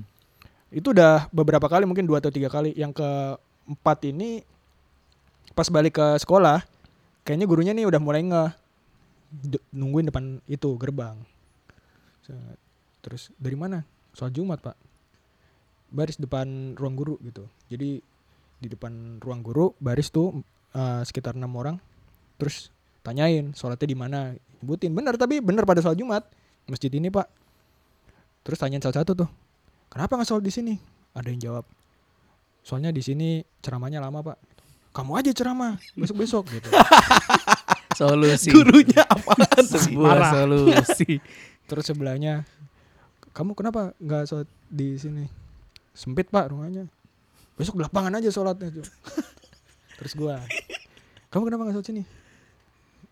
Speaker 4: Itu udah beberapa kali mungkin dua atau tiga kali. Yang keempat ini pas balik ke sekolah, kayaknya gurunya nih udah mulai nge d- nungguin depan itu gerbang. Set. Terus dari mana? Soal Jumat pak. Baris depan ruang guru gitu. Jadi di depan ruang guru baris tuh eh, sekitar enam orang. Terus tanyain sholatnya di mana? Nyebutin bener tapi bener pada soal Jumat masjid ini pak. Terus tanyain salah satu tuh. Kenapa nggak sholat di sini? Ada yang jawab. Soalnya di sini ceramahnya lama pak. Kamu aja ceramah besok besok gitu.
Speaker 3: Solusi.
Speaker 2: Gurunya apaan sih?
Speaker 3: Sebuah (laughs) solusi.
Speaker 4: Terus sebelahnya, kamu kenapa nggak sholat di sini? Sempit pak rumahnya. Besok di lapangan aja sholatnya. Jo." Terus gua, kamu kenapa nggak sholat sini?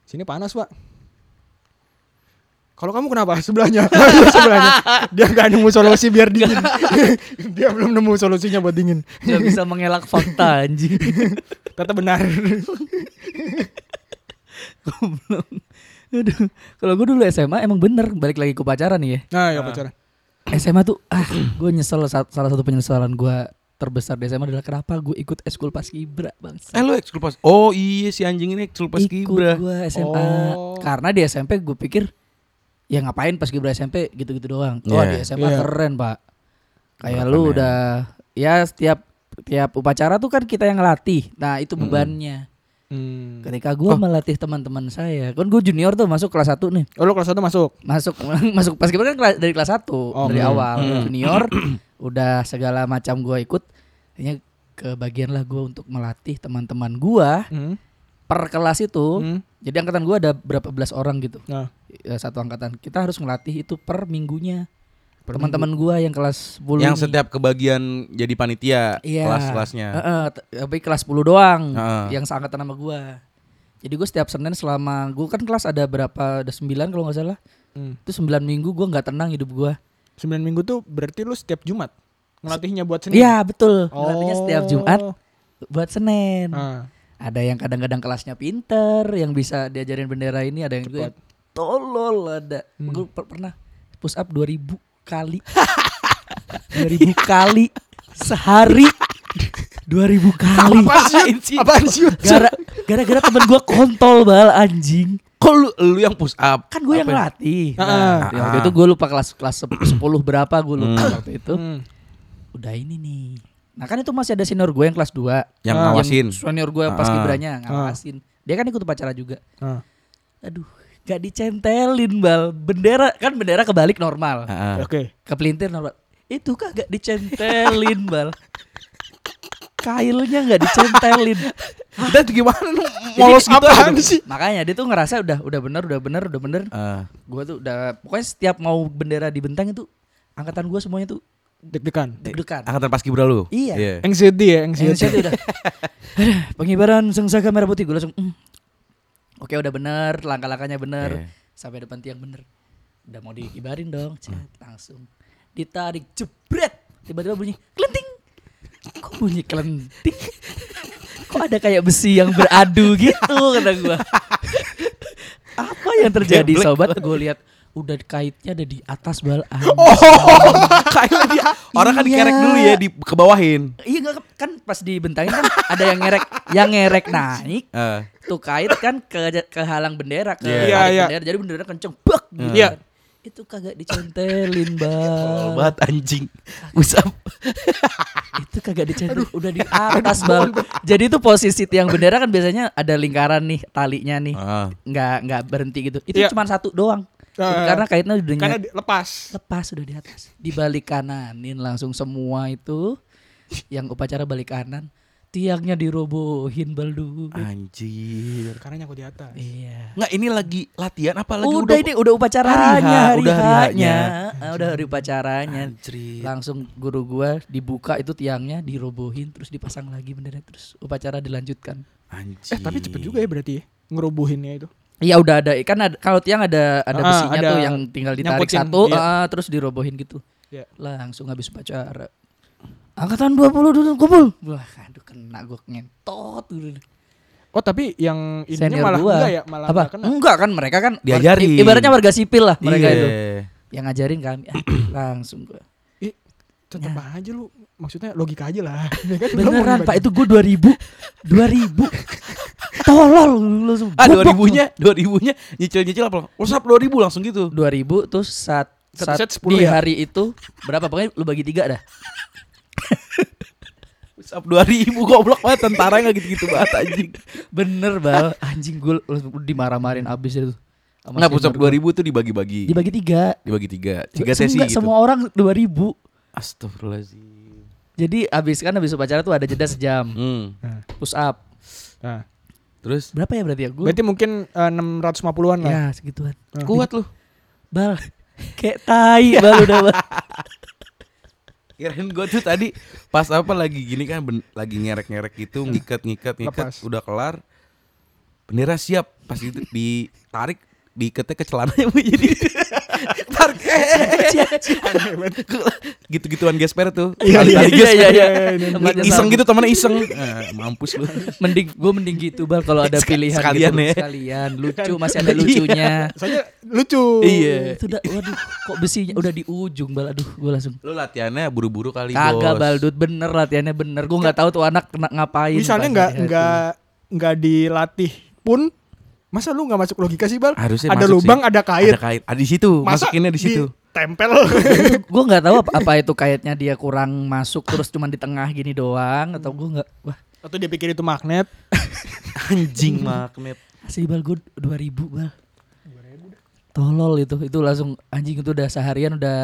Speaker 4: Sini panas pak. Kalau kamu kenapa (laughs) sebelahnya? sebelahnya. Dia nggak nemu solusi biar dingin. Dia belum nemu solusinya buat dingin.
Speaker 3: Gak bisa mengelak fakta anjing.
Speaker 4: Ternyata benar.
Speaker 3: Goblok. Aduh, kalau gue dulu SMA emang bener balik lagi ke pacaran nih ya.
Speaker 4: Nah ya
Speaker 2: Ah.
Speaker 4: pacaran.
Speaker 3: SMA tuh ah gue nyesel sa- salah satu penyesalan gue terbesar di SMA adalah kenapa gue ikut eskul pas kibra bang.
Speaker 2: Eh lu ekskul pas- Oh iya si anjing ini ekskul pas kibra.
Speaker 3: gue SMA
Speaker 4: Oh.
Speaker 3: karena di SMP gue pikir ya ngapain pas kibra SMP gitu-gitu doang. Oh
Speaker 2: Yeah.
Speaker 3: di SMA
Speaker 4: Yeah.
Speaker 3: keren pak. Kayak
Speaker 2: Berapa
Speaker 3: lu
Speaker 2: nih?
Speaker 3: udah ya setiap tiap upacara tuh kan kita yang ngelatih. Nah itu
Speaker 2: Mm-mm.
Speaker 3: bebannya.
Speaker 4: Hmm.
Speaker 3: Ketika gue
Speaker 2: Oh.
Speaker 3: melatih teman-teman saya, kan gue junior tuh masuk kelas 1 nih.
Speaker 4: Oh lo kelas satu masuk.
Speaker 3: masuk (laughs) masuk pas kan kela- dari kelas 1 dari
Speaker 4: Oke.
Speaker 3: awal
Speaker 2: Hmm.
Speaker 3: junior (clears throat) udah segala macam gua ikut hanya kebagian lah gua untuk melatih teman-teman gua
Speaker 4: Hmm.
Speaker 3: per kelas itu
Speaker 4: Hmm.
Speaker 3: jadi angkatan gua ada berapa belas orang gitu
Speaker 4: Nah.
Speaker 3: Ya, satu angkatan kita harus melatih itu per minggunya
Speaker 4: Per
Speaker 3: teman-teman gua yang kelas 10
Speaker 2: Yang
Speaker 3: ini.
Speaker 2: setiap kebagian jadi panitia
Speaker 3: Iya.
Speaker 2: kelas-kelasnya.
Speaker 3: Heeh, Ya. t- tapi kelas 10 doang
Speaker 2: Heeh.
Speaker 3: yang seangkatan sama gua jadi gue setiap Senin selama gue kan kelas ada berapa ada 9 kalau nggak salah
Speaker 4: Hmm.
Speaker 3: itu 9 minggu gua nggak tenang hidup gua
Speaker 4: 9 minggu tuh berarti lu setiap Jumat ngelatihnya buat Senin.
Speaker 3: Iya betul.
Speaker 4: Oh.
Speaker 3: Ngelatihnya setiap Jumat buat Senin.
Speaker 4: Ah,
Speaker 3: Ada yang kadang-kadang kelasnya pinter, yang bisa diajarin bendera ini, ada yang juga
Speaker 4: Cepat.
Speaker 3: tolol ada.
Speaker 4: Hmm.
Speaker 3: Gue per- pernah push up 2000 kali. 2000 kali sehari. 2000 kali.
Speaker 4: Ah,
Speaker 2: Apaan sih? Apaan sih?
Speaker 3: Gara- Gara-gara temen gue kontol bal anjing.
Speaker 2: Kok lu, lu yang push up?
Speaker 3: Kan gue yang
Speaker 2: Apa-
Speaker 3: latih.
Speaker 4: Ah.
Speaker 3: Nah, waktu itu gue lupa kelas kelas 10 berapa gue lupa waktu itu.
Speaker 4: hmm.
Speaker 3: Udah ini nih. Nah kan itu masih ada senior gue yang kelas 2
Speaker 2: Yang
Speaker 4: Ah.
Speaker 2: Ya, ngawasin.
Speaker 3: Yang senior gue pas
Speaker 2: Ah.
Speaker 3: kibranya ngawasin. Dia kan ikut upacara juga.
Speaker 4: Ah.
Speaker 3: Aduh, gak dicentelin bal. Bendera kan bendera kebalik normal,
Speaker 2: (laughs) Heeh.
Speaker 4: Oke.
Speaker 3: kepelintir normal. Itu kagak dicentelin bal. Kailnya gak
Speaker 4: (laughs)
Speaker 3: dicentelin.
Speaker 2: Dan gimana lu molos gitu
Speaker 4: apaan
Speaker 2: aduh.
Speaker 4: sih?
Speaker 3: Makanya dia tuh ngerasa udah udah bener, udah bener, udah bener.
Speaker 2: Ah.
Speaker 3: Gue tuh udah pokoknya setiap mau bendera dibentang itu angkatan gue semuanya tuh
Speaker 4: Deg-degan.
Speaker 3: deg-degan.
Speaker 2: angkatan pas kibra lu?
Speaker 3: Iya.
Speaker 2: (laughs)
Speaker 4: Anxiety ya,
Speaker 3: Indonesia
Speaker 4: anxiety.
Speaker 3: tuh udah Iya, (laughs) "Aduh, pengibaran sengsara merah putih gue langsung "Mm. oke udah bener langkah-langkahnya bener
Speaker 2: Iya.
Speaker 3: sampai depan tiang bener udah mau dikibarin dong cet, langsung ditarik jebret tiba-tiba bunyi kelenting kok bunyi kelenting kok ada kayak besi yang
Speaker 2: (laughs)
Speaker 3: beradu gitu kata gue apa yang terjadi
Speaker 2: Geblek
Speaker 3: sobat gue lihat udah kaitnya ada di atas bal anjing.
Speaker 2: Oh! Kayaknya dia orang kan
Speaker 3: Iya.
Speaker 2: dikerek dulu ya di kebawahin.
Speaker 3: Iya nggak, kan pas dibentangin kan ada yang ngerek, yang ngerek naik,
Speaker 2: Heeh.
Speaker 3: tuh kait kan ke ke halang bendera ke
Speaker 2: Iya.
Speaker 3: tarik
Speaker 4: Iya, iya.
Speaker 3: bendera jadi bendera kenceng bek gitu
Speaker 4: Iya.
Speaker 3: kan. Itu kagak dicentelin, Bang.
Speaker 2: banget (laughs) anjing. Usap.
Speaker 3: itu kagak dicentelin, udah di atas, Bang. Jadi itu posisi tiang bendera kan biasanya ada lingkaran nih talinya nih.
Speaker 2: Ah.
Speaker 3: Nggak nggak berhenti gitu. Itu
Speaker 4: Iya.
Speaker 3: cuma satu doang.
Speaker 4: Ah.
Speaker 3: Karena kaitnya udah
Speaker 4: Karena
Speaker 3: nyet-
Speaker 4: di- lepas.
Speaker 3: lepas udah di atas dibalik kananin langsung semua itu yang upacara balik kanan tiangnya dirobohin baldu
Speaker 4: Ah.
Speaker 2: Anjir.
Speaker 4: Karena nyangkut di atas.
Speaker 3: iya
Speaker 2: Nggak ini lagi latihan apa lagi
Speaker 3: udah ini udah
Speaker 2: hari H,
Speaker 3: upacaranya hari
Speaker 2: udah hari
Speaker 3: H-nya.
Speaker 2: H-nya.
Speaker 3: Ah, udah hari upacaranya
Speaker 2: Anjir.
Speaker 3: langsung guru gua dibuka itu tiangnya dirobohin terus dipasang lagi bendera terus upacara dilanjutkan
Speaker 2: Anjir.
Speaker 4: Eh, tapi cepet juga ya berarti ya, ngerubuhinnya itu.
Speaker 3: Iya udah ada kan ada, kalau tiang ada ada
Speaker 4: Ah,
Speaker 3: besinya
Speaker 4: ada
Speaker 3: tuh yang tinggal ditarik
Speaker 4: nyangkutin,
Speaker 3: satu
Speaker 4: iya.
Speaker 3: ah, terus dirobohin gitu.
Speaker 4: Iya.
Speaker 3: Langsung habis upacara. Angkatan 20 dulu kumpul. Wah, aduh kena gue ngentot dulu.
Speaker 4: Oh tapi yang ininya
Speaker 3: Senior
Speaker 4: malah
Speaker 3: gua.
Speaker 4: enggak ya malah
Speaker 3: apa
Speaker 4: enggak kena.
Speaker 3: enggak kan mereka kan war-
Speaker 2: Diajarin.
Speaker 3: i- ibaratnya warga sipil lah mereka
Speaker 2: Iya.
Speaker 3: itu yang ngajarin kami ah, (clears throat) langsung gua
Speaker 4: Tetep aja lu maksudnya logika aja lah. (laughs) Ya kan, lu mau
Speaker 3: Nah. beneran
Speaker 4: dibagi-
Speaker 3: pak itu gue 2000 2000 tolol lu langsung
Speaker 2: Ah, dua
Speaker 3: bobok.
Speaker 2: ribunya, dua ribunya nyicil nyicil apa? WhatsApp dua ribu langsung gitu.
Speaker 3: 2000 terus saat,
Speaker 4: Satu
Speaker 3: saat
Speaker 4: set 10
Speaker 3: di
Speaker 4: ya?
Speaker 3: hari itu berapa pokoknya lu bagi tiga dah
Speaker 2: WhatsApp dua ribu goblok banget tentara nggak gitu gitu banget anjing.
Speaker 3: bener bal anjing gue dimarah-marahin abis itu
Speaker 2: Nggak
Speaker 3: sama senior
Speaker 2: WhatsApp
Speaker 3: gua.
Speaker 2: dua ribu tuh dibagi-bagi,
Speaker 3: dibagi tiga
Speaker 2: dibagi tiga, tiga
Speaker 3: Se-
Speaker 2: sesi
Speaker 3: enggak,
Speaker 2: gitu.
Speaker 3: semua orang 2000
Speaker 2: Astagfirullahaladzim.
Speaker 3: jadi abis kan abis upacara tuh ada jeda sejam
Speaker 2: Hmm.
Speaker 3: push up
Speaker 4: Nah,
Speaker 2: Terus
Speaker 3: berapa ya berarti ya gue
Speaker 4: berarti mungkin eh, 650-an lah.
Speaker 3: ya segituan
Speaker 4: Nah.
Speaker 2: kuat lu.
Speaker 3: bal kayak
Speaker 2: Iya.
Speaker 3: tai bal udah
Speaker 2: (laughs)
Speaker 3: bal
Speaker 2: Kirain gue tuh tadi pas apa lagi gini kan ben- lagi ngerek-ngerek gitu
Speaker 3: Iya.
Speaker 2: ngikat ngikat ngikat
Speaker 4: Lepas.
Speaker 2: udah kelar bendera siap pas itu ditarik diikatnya ke celananya Bu, jadi tarik eh, eh, eh. gitu-gituan gesper tuh Tali-tali
Speaker 3: iya,
Speaker 2: gesper.
Speaker 3: iya, iya.
Speaker 2: Ngi- eh, iseng gitu temennya iseng Ah, mampus
Speaker 3: (laughs)
Speaker 2: lu
Speaker 3: mending gue mending gitu bal kalau ada
Speaker 2: Sekal-
Speaker 3: pilihan
Speaker 2: sekalian
Speaker 3: gitu,
Speaker 2: ya.
Speaker 3: sekalian lucu masih ada lucunya
Speaker 4: Soalnya lucu.
Speaker 2: iya
Speaker 3: itu udah waduh kok besinya udah di ujung bal aduh gue langsung
Speaker 2: lu latihannya buru-buru kali Iya,
Speaker 3: kagak
Speaker 2: bos.
Speaker 3: baldut bener latihannya bener gue nggak tahu tuh anak kena
Speaker 2: iya,
Speaker 3: ngapain gitu.
Speaker 4: Misalnya
Speaker 3: pas
Speaker 4: enggak
Speaker 3: hari itu.
Speaker 4: enggak enggak dilatih pun masa lu enggak masuk logika sih, Bal?
Speaker 2: harusnya masuk
Speaker 4: ada
Speaker 2: sih.
Speaker 4: lubang, ada kait.
Speaker 2: ada kait ada di situ
Speaker 4: Masa
Speaker 2: masukinnya di situ
Speaker 4: Tempel. (laughs)
Speaker 3: gue nggak tahu apa, apa itu kaitnya dia kurang masuk terus cuman di tengah gini doang atau gue nggak wah
Speaker 4: Atau dia pikir itu magnet.
Speaker 2: anjing magnet
Speaker 3: asli bal gue 2000 bal tolol itu itu langsung anjing itu udah seharian udah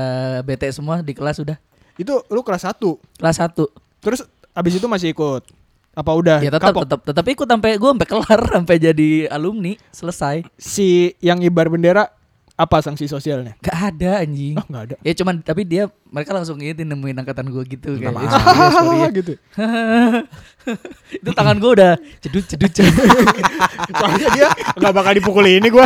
Speaker 3: bete semua di kelas udah
Speaker 4: Itu lu kelas 1.
Speaker 3: kelas 1
Speaker 4: Terus abis itu masih ikut. Apa udah
Speaker 3: ya tetap
Speaker 4: Eh, kapok?
Speaker 3: tetap tetap ikut sampai gue sampai kelar (laughs) sampai jadi alumni selesai
Speaker 4: Si yang ngibar bendera apa sanksi sosialnya?
Speaker 3: gak ada anjing
Speaker 4: Ah,
Speaker 2: (laughs)
Speaker 4: enggak ada.
Speaker 3: ya cuman tapi dia mereka langsung itu nemuin angkatan gue gitu kayak
Speaker 2: maaf.
Speaker 3: "Eh, sorry ya, sorry ya." (laughs)
Speaker 4: gitu.
Speaker 3: itu tangan gue udah cedut cedut cedut
Speaker 4: Soalnya dia enggak bakal dipukuli ini
Speaker 2: (laughs)
Speaker 4: gua.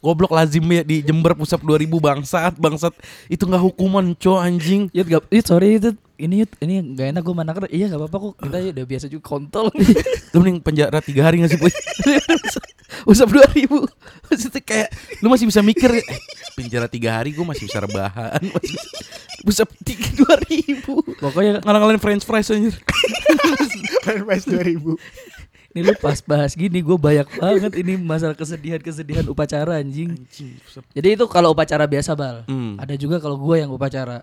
Speaker 2: Goblok lazimnya di Jember pusat 2000 bangsat bangsat itu nggak hukuman co anjing.
Speaker 3: Yud, gak, yud, sorry itu ini yud, ini gak enak gue manakar iya gak apa-apa kok kita udah biasa juga kontol
Speaker 2: Lu mending penjara tiga hari nggak sih boy? (laughs) Usap 2000 Maksudnya kayak Lu masih bisa mikir eh, Penjara tiga hari gue masih bisa (laughs) rebahan masih bisa- Usap tiga dua ribu
Speaker 3: pokoknya
Speaker 2: Ngalang-ngalain french fries anjir
Speaker 4: Perpres 2000.
Speaker 3: ini lu pas bahas gini gue banyak banget ini masalah kesedihan kesedihan upacara anjing
Speaker 2: Anjing, usap.
Speaker 3: jadi itu kalau upacara biasa bal
Speaker 2: Hmm.
Speaker 3: ada juga kalau gue yang upacara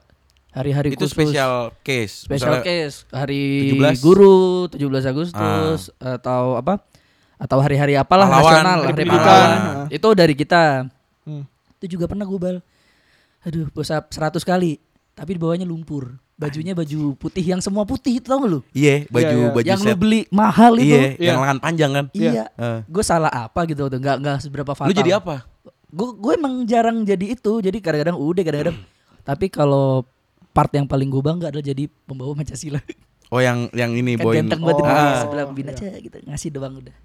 Speaker 3: hari-hari
Speaker 2: Itu
Speaker 3: khusus
Speaker 2: special case
Speaker 3: special
Speaker 2: Misalnya
Speaker 3: case hari
Speaker 2: 17.
Speaker 3: guru 17 Agustus atau apa atau hari-hari
Speaker 2: Ah.
Speaker 3: apalah
Speaker 2: Pahlawan,
Speaker 3: nasional
Speaker 2: Hari
Speaker 3: hari
Speaker 4: Pendidikan.
Speaker 3: pahlawan itu dari kita
Speaker 4: Hmm.
Speaker 3: itu juga pernah gue bal aduh push up 100 kali tapi di bawahnya lumpur bajunya baju putih yang semua putih itu tau gak lu
Speaker 2: Iya baju
Speaker 4: Iya, iya.
Speaker 2: baju
Speaker 3: yang lu
Speaker 2: set
Speaker 3: beli mahal itu
Speaker 2: Iya
Speaker 4: Iya.
Speaker 2: yang lengan panjang kan
Speaker 3: iya
Speaker 2: Eh.
Speaker 3: gue salah apa gitu tuh nggak nggak seberapa fatal
Speaker 2: Lu jadi apa?
Speaker 3: gue gue emang jarang jadi itu jadi kadang-kadang udah kadang-kadang
Speaker 2: Hmm.
Speaker 3: tapi kalau part yang paling gue bangga adalah jadi pembawa Pancasila
Speaker 2: Oh yang yang ini
Speaker 3: kan
Speaker 2: boy Ah. Iya.
Speaker 3: ganteng banget di
Speaker 4: Oh,
Speaker 3: sebelah pembina aja gitu ngasih doang udah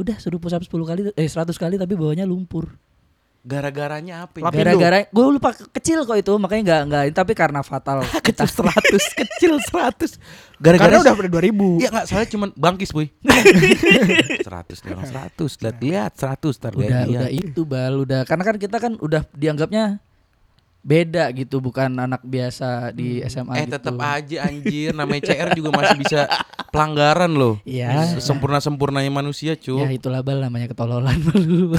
Speaker 3: udah suruh push up 10 kali eh 100 kali tapi bawahnya lumpur
Speaker 2: Gara-garanya apa?
Speaker 4: Lapindo.
Speaker 3: gara-gara gue lupa ke- kecil kok itu makanya nggak nggak tapi karena
Speaker 2: (laughs)
Speaker 3: fatal
Speaker 2: kecil (laughs) 100 kecil 100
Speaker 4: Karena
Speaker 2: gara-gara
Speaker 4: udah pada 2000.
Speaker 2: Iya nggak saya cuman bangkis (laughs) boy 100 nih orang 100 lihat lihat 100 tar
Speaker 3: udah
Speaker 2: lihat.
Speaker 3: udah itu bal udah karena kan kita kan udah dianggapnya beda gitu bukan anak biasa di SMA
Speaker 2: eh
Speaker 3: gitu.
Speaker 2: tetap aja anjir namanya CR juga masih bisa pelanggaran loh
Speaker 3: Iya.
Speaker 2: sempurna sempurnanya manusia cu
Speaker 3: ya itulah bal namanya ketololan dulu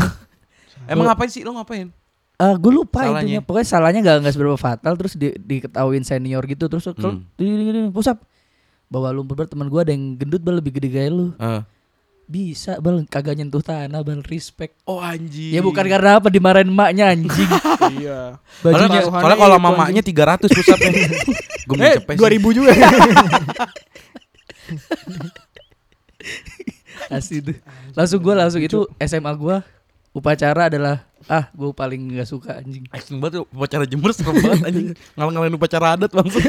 Speaker 2: emang ngapain sih lo ngapain
Speaker 3: (laughs) Eh gue lupa
Speaker 2: Salahnya.
Speaker 3: itunya pokoknya salahnya gak nggak seberapa fatal terus di, diketahuin senior gitu terus kalau
Speaker 2: Hmm.
Speaker 3: gini gini, gini, pusap bawa lumpur bal teman gue ada yang gendut bal lebih gede gaya lu
Speaker 2: Eh.
Speaker 3: bisa bal kagak nyentuh tanah bal respect
Speaker 2: oh anjir
Speaker 3: ya bukan karena apa dimarahin
Speaker 2: (laughs)
Speaker 3: maknya anjing
Speaker 4: Iya.
Speaker 2: Soalnya,
Speaker 4: Bajunya-
Speaker 2: soalnya kalau
Speaker 4: Itu
Speaker 2: mamanya 300 (laughs) pusatnya Gue mau
Speaker 4: Eh,
Speaker 2: cepet
Speaker 4: 2000 juga.
Speaker 2: (laughs)
Speaker 3: asli tuh langsung gue langsung itu SMA gue upacara adalah ah gue paling nggak suka anjing
Speaker 2: Asing banget tuh, upacara jember serem banget (laughs) anjing Ngalang-ngalain upacara adat (laughs) langsung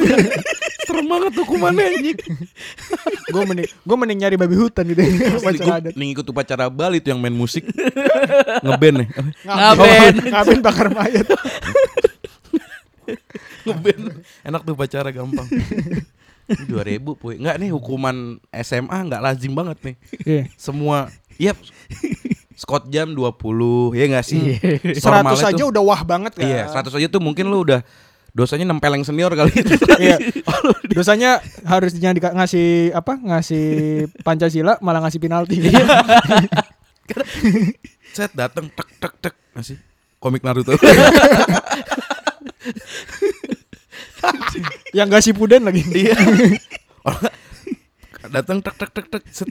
Speaker 2: Serem banget hukumannya anjing
Speaker 4: gue mending gue mending nyari babi hutan gitu.
Speaker 2: Asli
Speaker 4: Upacara
Speaker 2: gue
Speaker 4: adat.
Speaker 2: nih ikut upacara Bali tuh yang main musik (laughs) Ngeband ya? nih
Speaker 3: Ngaben.
Speaker 4: Ngaben bakar mayat.
Speaker 2: Ngeband Enak tuh upacara gampang Ini 2000 puy. Enggak nih hukuman SMA enggak lazim banget nih.
Speaker 4: Iya.
Speaker 2: Semua yep. Scott jam 20 ya enggak sih?
Speaker 3: Iya.
Speaker 4: 100
Speaker 2: Normalnya
Speaker 4: aja
Speaker 2: tuh-
Speaker 4: udah wah banget kan.
Speaker 2: Iya, 100 aja tuh mungkin lu udah dosanya nempeleng senior kali itu.
Speaker 4: Iya. Dosanya harus jangan dika- ngasih apa? Ngasih Pancasila malah ngasih penalti.
Speaker 2: (laughs) Set dateng tek tek tek masih komik (laughs) Naruto.
Speaker 4: Yang gak si Puden lagi.
Speaker 2: Iya. Orang datang tek tek tek tek set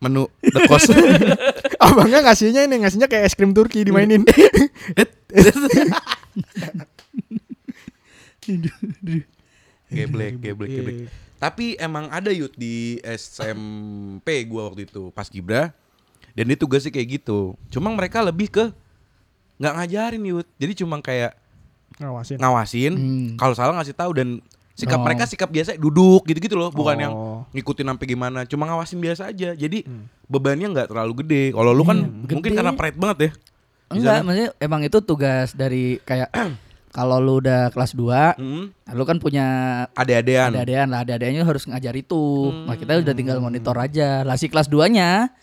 Speaker 2: menu the cost. (laughs)
Speaker 4: Abangnya ngasihnya ini ngasihnya kayak es krim Turki dimainin.
Speaker 2: geblek, geblek, geblek.
Speaker 4: Iya.
Speaker 2: Tapi emang ada yut di SMP gua waktu itu pas Gibra dan dia tugasnya kayak gitu. Cuma mereka lebih ke nggak ngajarin yut. Jadi cuma kayak
Speaker 4: Ngawasin.
Speaker 2: ngawasin,
Speaker 3: Hmm.
Speaker 2: kalau salah ngasih tahu dan sikap
Speaker 3: Oh.
Speaker 2: mereka sikap biasa duduk gitu-gitu loh, bukan
Speaker 4: Oh.
Speaker 2: yang ngikutin sampai gimana, cuma ngawasin biasa aja. Jadi bebannya nggak terlalu gede. Kalau lu kan mungkin
Speaker 3: Hmm. gede.
Speaker 2: karena pride banget ya. Di
Speaker 3: Enggak,
Speaker 2: sana.
Speaker 3: maksudnya emang itu tugas dari kayak (clears throat) kalau lu udah kelas 2,
Speaker 2: Hmm,
Speaker 3: lu kan punya
Speaker 2: ade-adean.
Speaker 3: ada-adaan lah, ada-adaannya harus ngajar itu. Nah, kita
Speaker 2: Hmm.
Speaker 3: udah tinggal monitor aja. Lah si kelas 2-nya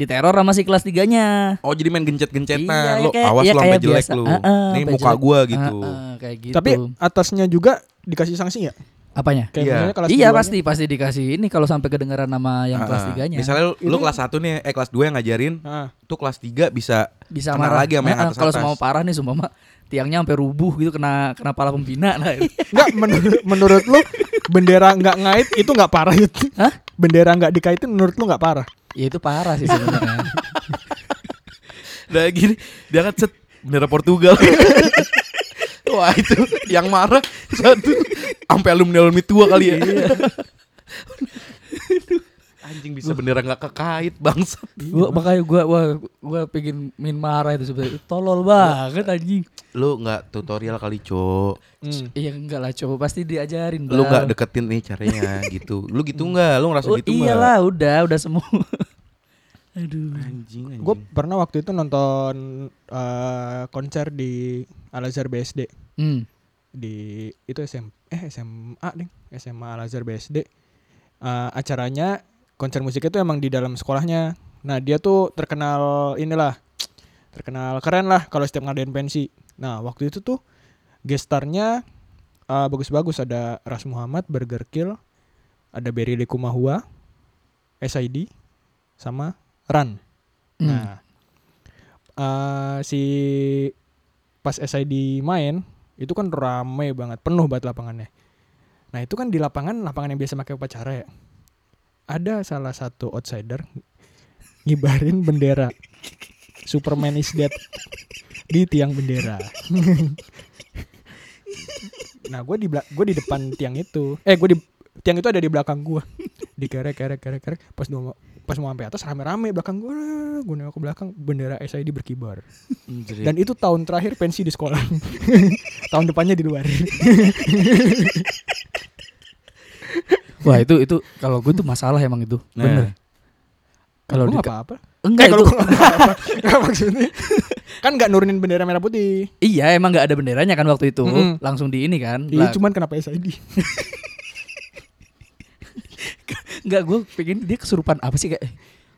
Speaker 3: diteror sama si kelas 3-nya.
Speaker 2: Oh jadi main gencet-gencetan
Speaker 3: Iya,
Speaker 2: nah, Lu
Speaker 3: kayak-
Speaker 2: awas
Speaker 3: iya,
Speaker 2: lu sampai
Speaker 3: kayak
Speaker 2: jelek
Speaker 3: biasa.
Speaker 2: lu
Speaker 3: Ah, ah,
Speaker 2: Nih
Speaker 3: sampai
Speaker 2: muka
Speaker 3: jelek.
Speaker 2: gua gitu
Speaker 3: Ah, ah, kayak gitu.
Speaker 4: Tapi atasnya juga dikasih sanksi ya?
Speaker 3: apanya?
Speaker 4: Kayak
Speaker 2: Iya.
Speaker 4: misalnya kelas
Speaker 3: iya
Speaker 4: duanya-
Speaker 3: pasti pasti dikasih ini kalau sampai kedengaran nama yang
Speaker 2: Ah,
Speaker 3: kelas
Speaker 2: ah.
Speaker 3: 3-nya.
Speaker 2: Misalnya lu, lu
Speaker 4: Itu-
Speaker 2: kelas 1 nih Eh kelas 2 yang ngajarin
Speaker 4: Ah,
Speaker 2: Tuh kelas 3 bisa
Speaker 3: bisa
Speaker 2: kena
Speaker 3: marah
Speaker 2: lagi sama yang
Speaker 3: Nah,
Speaker 2: atas-atas.
Speaker 3: Kalau semua parah nih sumpah tiangnya sampai rubuh gitu kena kena pala pembina Nah,
Speaker 2: (laughs)
Speaker 3: lah.
Speaker 4: Enggak menurut menurut lu bendera nggak ngait itu nggak parah itu.
Speaker 3: Hah?
Speaker 4: Bendera nggak dikaitin menurut lu nggak parah?
Speaker 3: ya itu parah sih sebenarnya.
Speaker 2: Nah gini Dia kan set Bendera Portugal (laughs) Wah itu Yang marah Satu Sampai alumni-alumni tua kali ya
Speaker 3: Iya.
Speaker 2: Anjing bisa bendera gak kekait bangsat
Speaker 3: gua makanya gua wah gua pengen min marah itu sebenarnya. Tolol banget anjing.
Speaker 2: Lu gak tutorial kali cok
Speaker 4: Hmm.
Speaker 3: Iya enggak lah coba pasti diajarin
Speaker 2: Lu
Speaker 3: Bang.
Speaker 2: gak deketin nih caranya gitu Lu gitu gak? Lu ngerasa
Speaker 3: Oh,
Speaker 2: gitu gak?
Speaker 3: iyalah udah udah semua. (laughs) Aduh.
Speaker 2: Anjing anjing
Speaker 4: Gue pernah waktu itu nonton eh, konser di Al Azhar BSD
Speaker 3: Hmm.
Speaker 4: di itu SM eh SMA ding SMA Al Azhar BSD Eh, acaranya konser musik itu emang di dalam sekolahnya. Nah dia tuh terkenal inilah terkenal keren lah kalau setiap ngadain pensi. Nah waktu itu tuh gestarnya eh, bagus-bagus ada Ras Muhammad, Burger Kill, ada Berry Likumahua, SID, sama Ran.
Speaker 3: Hmm.
Speaker 4: Nah, eh, si pas SID main itu kan rame banget, penuh banget lapangannya. Nah itu kan di lapangan, lapangan yang biasa pakai upacara ya. Ada salah satu outsider ngibarin bendera Superman is dead di tiang bendera. nah gue di bela- gue di depan tiang itu, eh gue di tiang itu ada di belakang gue. Dikerek kerek kerek kerek pas mau pas mau sampai atas rame-rame belakang gue gue nengok ke belakang bendera SID berkibar
Speaker 2: Anjing.
Speaker 4: dan itu tahun terakhir pensi di (laughs) sekolah tahun depannya di luar
Speaker 3: Wah itu itu kalau gue tuh masalah emang itu.
Speaker 2: Nah.
Speaker 3: Bener. Kalau
Speaker 4: Gua
Speaker 3: di
Speaker 4: nggak apa-apa
Speaker 3: enggak
Speaker 4: Eh,
Speaker 3: itu
Speaker 4: kalau gua nggak (laughs) apa-apa Nggak, maksudnya kan nggak nurunin bendera merah putih
Speaker 3: iya emang nggak ada benderanya kan waktu itu
Speaker 4: Mm-mm.
Speaker 3: langsung di ini kan.
Speaker 4: Iya,
Speaker 3: Lah,
Speaker 4: cuman kenapa SID
Speaker 3: Enggak gue pengen dia kesurupan apa sih kayak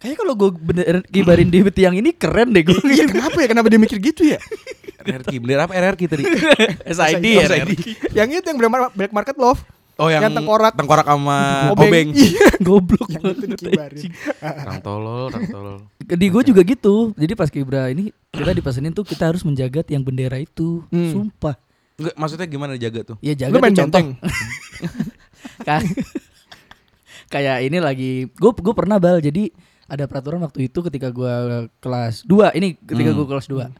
Speaker 3: Kayaknya kalau gue bener kibarin di tiang ini keren deh gue
Speaker 4: (laughs)
Speaker 3: (laughs)
Speaker 4: iya kenapa ya kenapa dia mikir gitu ya
Speaker 2: RRQ Bener apa RRQ tadi?
Speaker 4: (laughs)
Speaker 3: SID ya
Speaker 2: SID.
Speaker 4: yang itu yang benar black market love
Speaker 2: Oh yang,
Speaker 4: Yang tengkorak.
Speaker 2: Tengkorak sama obeng,
Speaker 4: Obeng. (laughs) Iya,
Speaker 3: (laughs) Goblok
Speaker 4: yang itu
Speaker 3: banget.
Speaker 4: dikibarin
Speaker 2: Orang tolol, orang tolol
Speaker 3: Di
Speaker 4: Iya.
Speaker 3: gue juga gitu Jadi pas kibra ini Kita dipesenin tuh kita harus menjaga tiang bendera itu
Speaker 4: Hmm.
Speaker 3: Sumpah
Speaker 2: Enggak, maksudnya gimana jaga tuh?
Speaker 3: Ya jaga
Speaker 4: lu main
Speaker 3: tuh contoh
Speaker 4: benteng
Speaker 3: Ka- kayak ini lagi gue gue pernah bal jadi ada peraturan waktu itu ketika gua kelas 2 ini ketika
Speaker 2: Hmm.
Speaker 3: gua kelas 2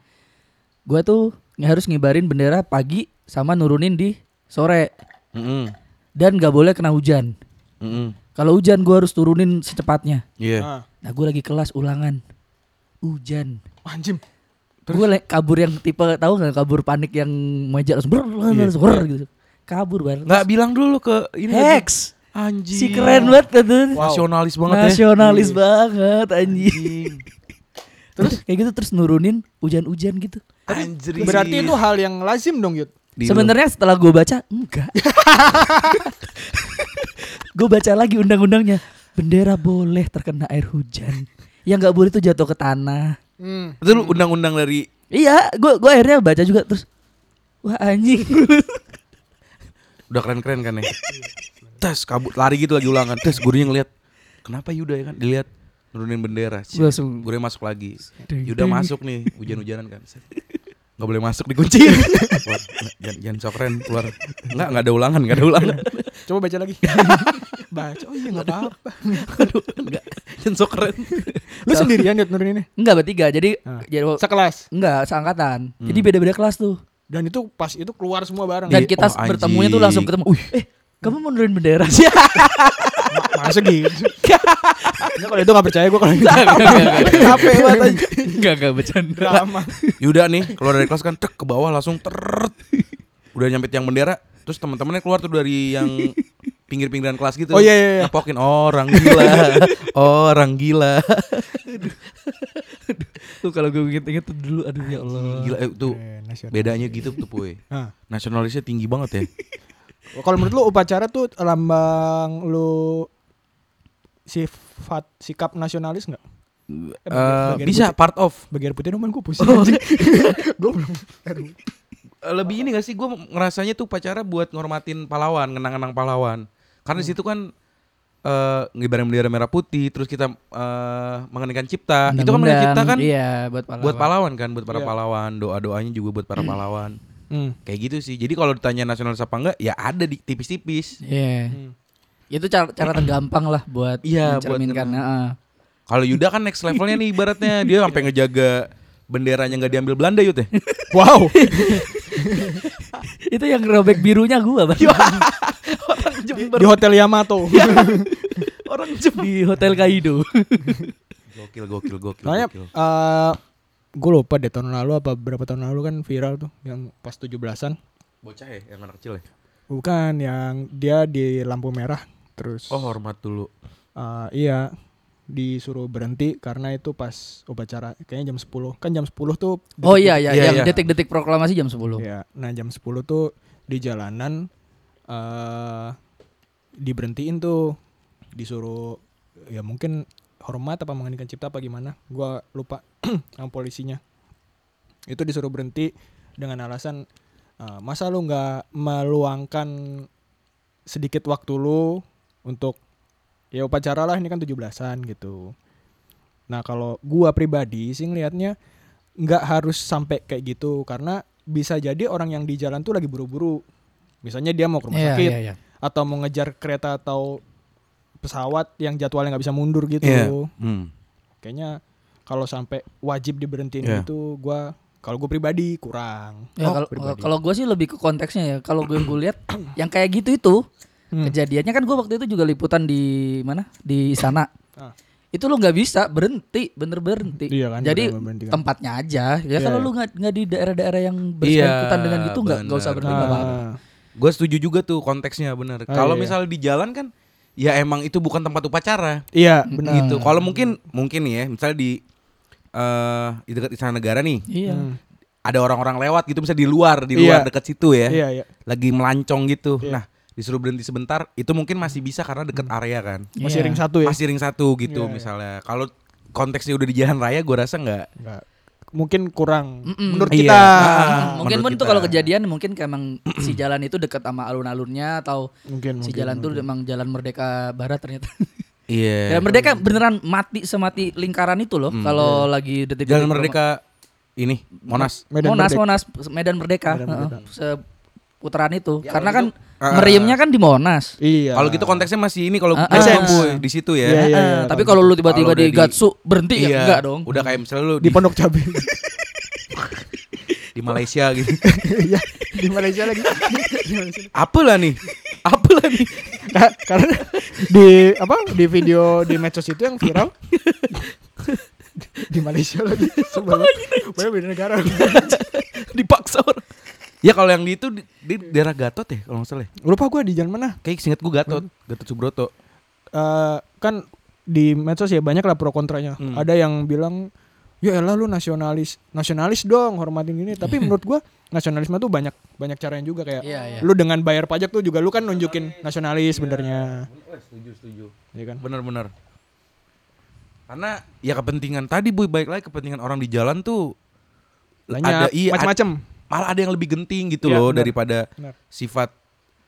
Speaker 3: Gua tuh nge- harus ngibarin bendera pagi sama nurunin di sore
Speaker 2: Mm-mm.
Speaker 3: dan gak boleh kena hujan
Speaker 2: Mm-mm.
Speaker 3: kalau hujan gua harus turunin secepatnya
Speaker 2: Iya.
Speaker 4: Ah,
Speaker 3: nah gue lagi kelas ulangan hujan
Speaker 4: anjim
Speaker 3: gue kabur yang tipe tahu nggak kabur panik yang meja langsung brrr, langsung brrr gitu kabur banget
Speaker 2: Enggak bilang dulu ke ini
Speaker 3: Hex
Speaker 2: Anjing.
Speaker 3: si keren banget tuh
Speaker 2: Nasionalis banget ya.
Speaker 3: Nasionalis banget
Speaker 2: Anjing.
Speaker 3: anjing. (laughs) Terus kayak gitu terus nurunin hujan-hujan gitu.
Speaker 2: Anjing.
Speaker 4: berarti itu hal yang lazim dong yud
Speaker 2: Di-
Speaker 3: (laughs) Sebenarnya setelah gue baca enggak. Gue baca lagi undang-undangnya. Bendera boleh terkena air hujan. Yang nggak boleh itu jatuh ke tanah.
Speaker 4: Hmm.
Speaker 2: Itu lu undang-undang dari
Speaker 3: Iya, gue gue akhirnya baca juga terus. Wah
Speaker 2: (laughs)
Speaker 3: anjing.
Speaker 2: udah keren-keren kan ya. Tes kabut lari gitu lagi ulangan. Tes gurunya ngeliat kenapa Yuda ya kan dilihat nurunin bendera. Set,
Speaker 3: Gua langsung-
Speaker 2: Gurunya masuk lagi.
Speaker 3: Ding,
Speaker 2: Yuda
Speaker 4: (laughs)
Speaker 3: ding.
Speaker 2: Ya masuk nih hujan-hujanan kan. Set. Nggak boleh masuk dikunci. (laughs) Keluar. jangan, jangan sok keren keluar. Enggak, enggak ada ulangan, enggak ada
Speaker 4: (laughs)
Speaker 2: ulangan.
Speaker 4: Coba baca lagi. baca. Oh iya enggak apa-apa.
Speaker 3: Aduh, enggak.
Speaker 2: Jangan sok keren.
Speaker 4: Lu sendirian Dit nuruninnya.
Speaker 3: Enggak bertiga. Jadi
Speaker 4: Ah.
Speaker 3: jadi
Speaker 4: Sekelas.
Speaker 3: enggak seangkatan. Jadi beda-beda kelas tuh.
Speaker 4: Dan itu pas itu keluar semua bareng.
Speaker 2: Hmm.
Speaker 3: Dan
Speaker 2: Di-
Speaker 3: kita
Speaker 2: oh,
Speaker 3: bertemunya tuh
Speaker 2: anjing.
Speaker 3: langsung ketemu. Eh, kamu mau nurunin bendera sih?
Speaker 4: Ma- Masa (laughs) gitu. Nah, kalau itu enggak percaya gua kalau gitu.
Speaker 3: Capek
Speaker 4: (laughs)
Speaker 3: banget anjing. (laughs) Enggak, enggak bercanda.
Speaker 4: Drama.
Speaker 2: Yuda Ya nih keluar dari kelas kan tek ke bawah langsung teret. Udah nyampe tiang bendera, terus teman-temannya keluar tuh dari yang pinggir-pinggiran kelas gitu.
Speaker 4: Oh, iya, iya, iya.
Speaker 2: Ngepokin orang gila. orang gila.
Speaker 3: Tuh kalau gue inget-inget tuh dulu aduh ya Allah.
Speaker 2: Gila eh, tuh
Speaker 4: Eh, nasional.
Speaker 2: bedanya gitu tuh puy.
Speaker 4: Nah,
Speaker 2: Nasionalisnya tinggi banget ya.
Speaker 4: kalau menurut lu upacara tuh lambang lu sifat sikap nasionalis enggak?
Speaker 2: Eh,
Speaker 4: bagian
Speaker 2: bisa
Speaker 4: putih.
Speaker 2: part of.
Speaker 4: Bagian putih nomor gue pusing anjing. Gue belum
Speaker 2: Eh, Lebih ini gak sih gue ngerasanya tuh pacara buat ngormatin pahlawan, ngenang-ngenang pahlawan. Karena di situ kan eh ngibarin bendera merah putih, terus kita eh mengenangkan cipta. Itu kan mengenang cipta kan
Speaker 3: Iya, buat pahlawan.
Speaker 2: buat pahlawan kan buat para
Speaker 4: Iya.
Speaker 2: pahlawan doa doanya juga buat para pahlawan
Speaker 4: Hmm.
Speaker 2: kayak gitu sih jadi kalau ditanya nasionalis apa enggak ya ada di tipis-tipis
Speaker 3: Iya.
Speaker 4: Hmm.
Speaker 3: Itu cara cara tergampang lah buat
Speaker 2: Iya, buat
Speaker 3: mencerminkan,
Speaker 2: kenang.
Speaker 3: heeh.
Speaker 2: kalau Yuda kan next levelnya nih ibaratnya dia sampai ngejaga benderanya nggak diambil Belanda Yud ya
Speaker 4: (laughs) Wow.
Speaker 3: Itu yang robek birunya gua, Bang. Iya. (laughs) Orang Jember
Speaker 4: Di Hotel Yamato.
Speaker 3: orang Jember di Hotel Kaido.
Speaker 2: gokil gokil gokil,
Speaker 4: Soalnya
Speaker 2: gokil.
Speaker 4: eh gue lupa deh tahun lalu apa berapa tahun lalu kan viral tuh yang pas 17-an.
Speaker 2: bocah ya yang anak kecil ya
Speaker 4: Bukan yang dia di lampu merah terus
Speaker 2: oh hormat dulu
Speaker 4: eh, iya disuruh berhenti karena itu pas upacara kayaknya jam 10. Kan jam 10 tuh
Speaker 3: Oh iya iya,
Speaker 2: Iya,
Speaker 3: yang
Speaker 2: iya.
Speaker 3: detik-detik proklamasi jam 10.
Speaker 4: Iya. Nah, jam 10 tuh di jalanan eh diberhentiin tuh disuruh ya mungkin hormat apa mengeningkan cipta apa gimana. Gua lupa (clears throat) yang polisinya. Itu disuruh berhenti dengan alasan eh, masa lu nggak meluangkan sedikit waktu lu untuk ya upacara lah ini kan 17-an gitu. Nah, kalau gua pribadi sih ngelihatnya nggak harus sampai kayak gitu karena bisa jadi orang yang di jalan tuh lagi buru-buru. Misalnya dia mau ke rumah sakit
Speaker 3: iya.
Speaker 4: atau mau ngejar kereta atau pesawat yang jadwalnya nggak bisa mundur gitu.
Speaker 2: Iya. Hmm.
Speaker 4: Kayaknya kalau sampai wajib diberhentiin
Speaker 2: Iya.
Speaker 4: itu gua kalau gue pribadi kurang.
Speaker 3: Ya,
Speaker 4: Oh,
Speaker 3: kalau
Speaker 4: pribadi.
Speaker 3: kalau gue sih lebih ke konteksnya ya. Kalau gue gue lihat yang kayak gitu itu
Speaker 4: Hmm.
Speaker 3: kejadiannya kan gue waktu itu juga liputan di mana di istana.
Speaker 4: Ah.
Speaker 3: Itu lo nggak bisa berhenti, bener berhenti.
Speaker 4: Iya kan,
Speaker 3: Jadi
Speaker 4: bener berhenti kan.
Speaker 3: tempatnya aja. Ya
Speaker 4: Iya,
Speaker 3: kalau
Speaker 4: iya.
Speaker 3: lu nggak nggak di daerah-daerah yang
Speaker 2: Iya,
Speaker 3: bersangkutan dengan gitu nggak nggak usah
Speaker 2: bener.
Speaker 3: berhenti. nggak apa-apa.
Speaker 4: Nah,
Speaker 2: gue setuju juga tuh konteksnya bener
Speaker 4: Ah,
Speaker 2: kalau
Speaker 4: iya, iya.
Speaker 2: misalnya di jalan kan ya emang itu bukan tempat upacara
Speaker 4: iya
Speaker 3: Hmm.
Speaker 4: benar.
Speaker 2: gitu kalau mungkin mungkin nih ya misalnya di eh di dekat istana negara nih
Speaker 3: Iya.
Speaker 4: Hmm.
Speaker 2: ada orang-orang lewat gitu bisa di luar di luar
Speaker 4: Iya.
Speaker 2: dekat situ ya
Speaker 4: Iya, iya.
Speaker 2: lagi melancong gitu.
Speaker 4: Iya.
Speaker 2: Nah, disuruh berhenti sebentar, itu mungkin masih bisa karena deket area kan.
Speaker 4: Masih
Speaker 3: Iya.
Speaker 4: ring satu ya.
Speaker 2: Masih ring satu gitu
Speaker 4: Iya, iya.
Speaker 2: misalnya. Kalau konteksnya udah di jalan raya, gue rasa nggak.
Speaker 4: Nggak. Mungkin kurang
Speaker 3: Mm-mm.
Speaker 4: menurut
Speaker 2: Iya.
Speaker 4: kita.
Speaker 2: Ah.
Speaker 3: mungkin
Speaker 2: menurut
Speaker 3: pun itu
Speaker 2: kita.
Speaker 3: kalau kejadian mungkin kayak emang si jalan itu dekat sama alun-alunnya atau
Speaker 4: Mungkin
Speaker 3: si
Speaker 4: mungkin,
Speaker 3: jalan tuh
Speaker 4: mungkin.
Speaker 3: emang jalan Merdeka Barat ternyata.
Speaker 2: Iya. Hmm, iya.
Speaker 3: Jalan Merdeka beneran mati semati lingkaran itu loh. Kalau lagi detik-detik
Speaker 2: Jalan
Speaker 3: promo-
Speaker 2: Merdeka ini Monas.
Speaker 4: Medan
Speaker 3: Monas,
Speaker 4: Merdeka.
Speaker 3: Monas, Medan Merdeka.
Speaker 4: Medan
Speaker 3: Heeh,
Speaker 4: Merdeka.
Speaker 3: seputaran itu. Karena kan
Speaker 2: eh,
Speaker 3: meriamnya kan di Monas.
Speaker 4: Iya.
Speaker 2: Kalau gitu konteksnya masih ini kalau
Speaker 3: Ah,
Speaker 2: gue
Speaker 3: ah.
Speaker 2: bilang, Boy, di situ ya.
Speaker 4: Iya, iya,
Speaker 3: Eh,
Speaker 4: iya.
Speaker 3: tapi kalau lu tiba-tiba
Speaker 2: Kalau udah
Speaker 3: di
Speaker 2: di- Iya.
Speaker 3: Gatsu berhenti ya enggak dong.
Speaker 2: Udah kayak misalnya lu
Speaker 4: di
Speaker 2: di,
Speaker 4: Pondok Cabe.
Speaker 2: di Malaysia gitu.
Speaker 4: (laughs) Iya, di Malaysia lagi. Di Malaysia.
Speaker 2: (laughs) Apalah nih? Apalah nih?
Speaker 4: Ka- karena di apa di video di medsos itu yang viral di Malaysia (laughs) lagi sebelum banyak beda negara
Speaker 2: Dipaksa orang. Ya kalau yang di itu di, di daerah Gatot ya kalau nggak salah. ya.
Speaker 4: lupa gua di jalan mana
Speaker 2: Kayak singkat gue Gatot, Gatot Subroto.
Speaker 4: Eh, kan di medsos ya banyak lah pro kontranya
Speaker 2: Hmm.
Speaker 4: ada yang bilang ya elah lu nasionalis nasionalis dong hormatin gini
Speaker 3: (laughs)
Speaker 4: tapi menurut gua nasionalisme tuh banyak banyak caranya juga kayak
Speaker 3: Iya, iya.
Speaker 4: lu dengan bayar pajak tuh juga lu kan nunjukin nasionalis benernya
Speaker 2: Eh, setuju setuju
Speaker 4: ya kan
Speaker 2: bener-bener karena ya kepentingan tadi boy baik lagi kepentingan orang di jalan tuh ada
Speaker 4: banyak
Speaker 2: iya ada-
Speaker 4: macam-macam
Speaker 2: malah ada yang lebih genting gitu
Speaker 4: Iya,
Speaker 2: loh
Speaker 4: benar.
Speaker 2: daripada
Speaker 4: Benar.
Speaker 2: sifat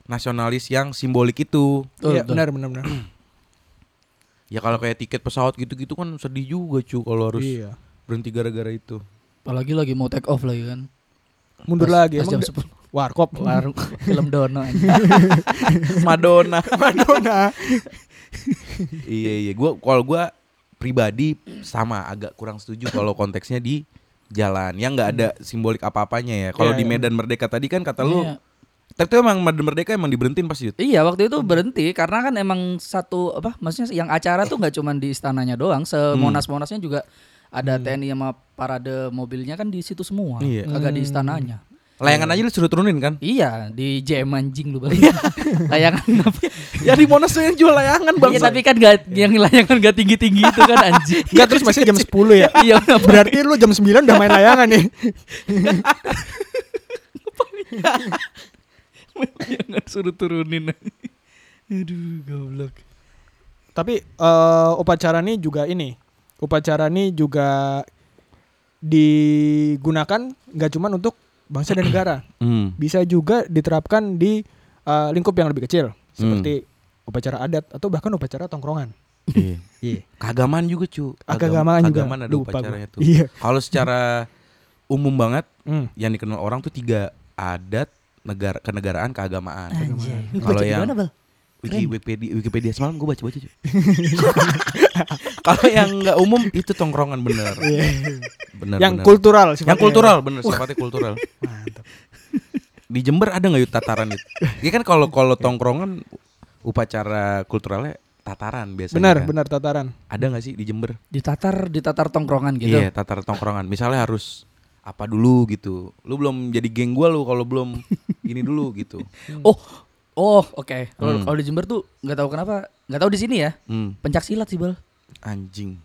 Speaker 2: nasionalis yang simbolik itu
Speaker 3: Betul,
Speaker 4: iya
Speaker 3: betul.
Speaker 4: benar benar
Speaker 3: (clears throat)
Speaker 4: benar
Speaker 2: ya kalau kayak tiket pesawat gitu-gitu kan sedih juga cu kalau harus
Speaker 4: iya
Speaker 2: berhenti gara-gara itu
Speaker 3: Apalagi lagi mau take off lagi kan.
Speaker 4: mundur
Speaker 3: Pas-
Speaker 4: lagi
Speaker 3: pas jam
Speaker 4: emang da- (laughs)
Speaker 3: 10.
Speaker 4: warkop
Speaker 3: Warung film Dono anjing.
Speaker 2: (laughs) Madonna
Speaker 4: Madonna
Speaker 2: iya iya gua kalau gua pribadi sama agak kurang setuju kalau konteksnya di jalan yang nggak ada simbolik apa-apanya ya kalau
Speaker 4: Iya,
Speaker 2: di
Speaker 4: iya.
Speaker 2: Medan Merdeka tadi kan kata lu
Speaker 3: Iya.
Speaker 2: tapi tuh emang Medan Merdeka emang diberhentiin pasti Yud?
Speaker 3: Iya waktu itu berhenti karena kan emang satu apa maksudnya yang acara tuh nggak cuman di istananya doang, semonas-monasnya
Speaker 2: Hmm.
Speaker 3: juga ada TNI sama parade mobilnya kan di situ semua,
Speaker 2: Iya.
Speaker 3: kagak di istananya.
Speaker 2: layangan aja lu suruh turunin kan
Speaker 3: Iya di jam anjing
Speaker 2: (laughs)
Speaker 3: lu balik. layangan apa?
Speaker 2: ya di Monas tuh yang jual layangan bang
Speaker 3: Iya tapi kan gak, yang layangan gak tinggi-tinggi itu kan
Speaker 2: (laughs)
Speaker 3: anjing.
Speaker 4: Enggak terus masih jam 10
Speaker 3: (laughs)
Speaker 4: ya
Speaker 3: Iya benar.
Speaker 4: berarti lu jam 9 udah main layangan nih
Speaker 2: (laughs)
Speaker 3: Jangan suruh turunin. Aduh goblok.
Speaker 4: Tapi eh, upacara ini juga ini. Upacara ini juga digunakan nggak cuman untuk bangsa dan negara,
Speaker 2: hmm.
Speaker 4: bisa juga diterapkan di eh, lingkup yang lebih kecil seperti upacara adat atau bahkan upacara tongkrongan.
Speaker 2: iya.
Speaker 4: Iya.
Speaker 2: Kagaman juga cu
Speaker 4: Ah, keagamaan juga.
Speaker 2: Kagaman ada
Speaker 4: Lupa gua.
Speaker 2: upacaranya tuh
Speaker 4: Iya.
Speaker 2: Kalau secara umum banget
Speaker 4: Hmm.
Speaker 2: Yang dikenal orang tuh tiga Adat negara kenegaraan keagamaan Kalau
Speaker 3: Baca di
Speaker 2: yang
Speaker 3: mana, Bal?
Speaker 2: Wiki, Wikipedia, Wikipedia semalam gue baca-baca Cu. (laughs) Kalau yang nggak umum itu tongkrongan bener Bener
Speaker 4: yang
Speaker 2: bener.
Speaker 4: kultural sifatnya.
Speaker 2: Yang kultural bener sifatnya kultural
Speaker 4: Mantap.
Speaker 2: Di Jember ada nggak yuk tataran itu? Ya kan kalau kalau tongkrongan upacara kulturalnya tataran biasanya
Speaker 4: Benar,
Speaker 2: kan.
Speaker 4: benar tataran.
Speaker 2: Ada nggak sih di Jember?
Speaker 3: Ditatar ditatar tongkrongan gitu.
Speaker 2: Iya, tatar tongkrongan. Misalnya harus apa dulu gitu. Lu belum jadi geng gua lu kalau belum ini dulu gitu.
Speaker 3: Oh, oh, oke. Kalau
Speaker 2: Hmm.
Speaker 3: kalau di Jember tuh nggak tahu kenapa, nggak tahu di sini ya.
Speaker 2: Hmm,
Speaker 3: Pencak silat sih bal,
Speaker 2: anjing.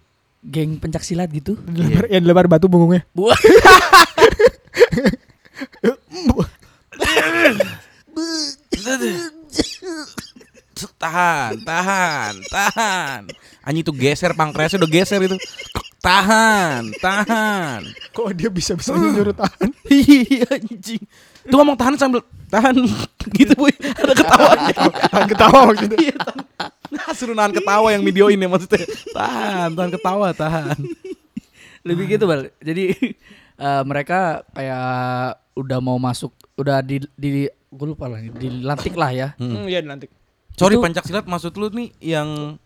Speaker 3: geng pencak silat gitu.
Speaker 2: Hmm.
Speaker 4: Dilebar, ya dilebar batu punggungnya.
Speaker 3: Buah. (laughs)
Speaker 2: Tahan, tahan, tahan. Anjing itu geser pankreasnya udah geser itu. Tahan, tahan.
Speaker 4: Kok dia bisa bisa nyuruh tahan?
Speaker 2: Iya anjing. Tuh ngomong tahan sambil tahan gitu boy. Ada ketawanya.
Speaker 4: tahan ketawa maksudnya.
Speaker 2: Iya, tahan. Nah, suruh nahan ketawa yang videoin ya maksudnya. Tahan, tahan ketawa, tahan.
Speaker 3: Lebih gitu bal. Jadi (laughs) eh, mereka kayak udah mau masuk, udah di di gue lupa lah, dilantik lah ya.
Speaker 4: Hmm, iya nanti.
Speaker 2: Sorry
Speaker 3: Itu-
Speaker 2: Pancasilat maksud lu nih yang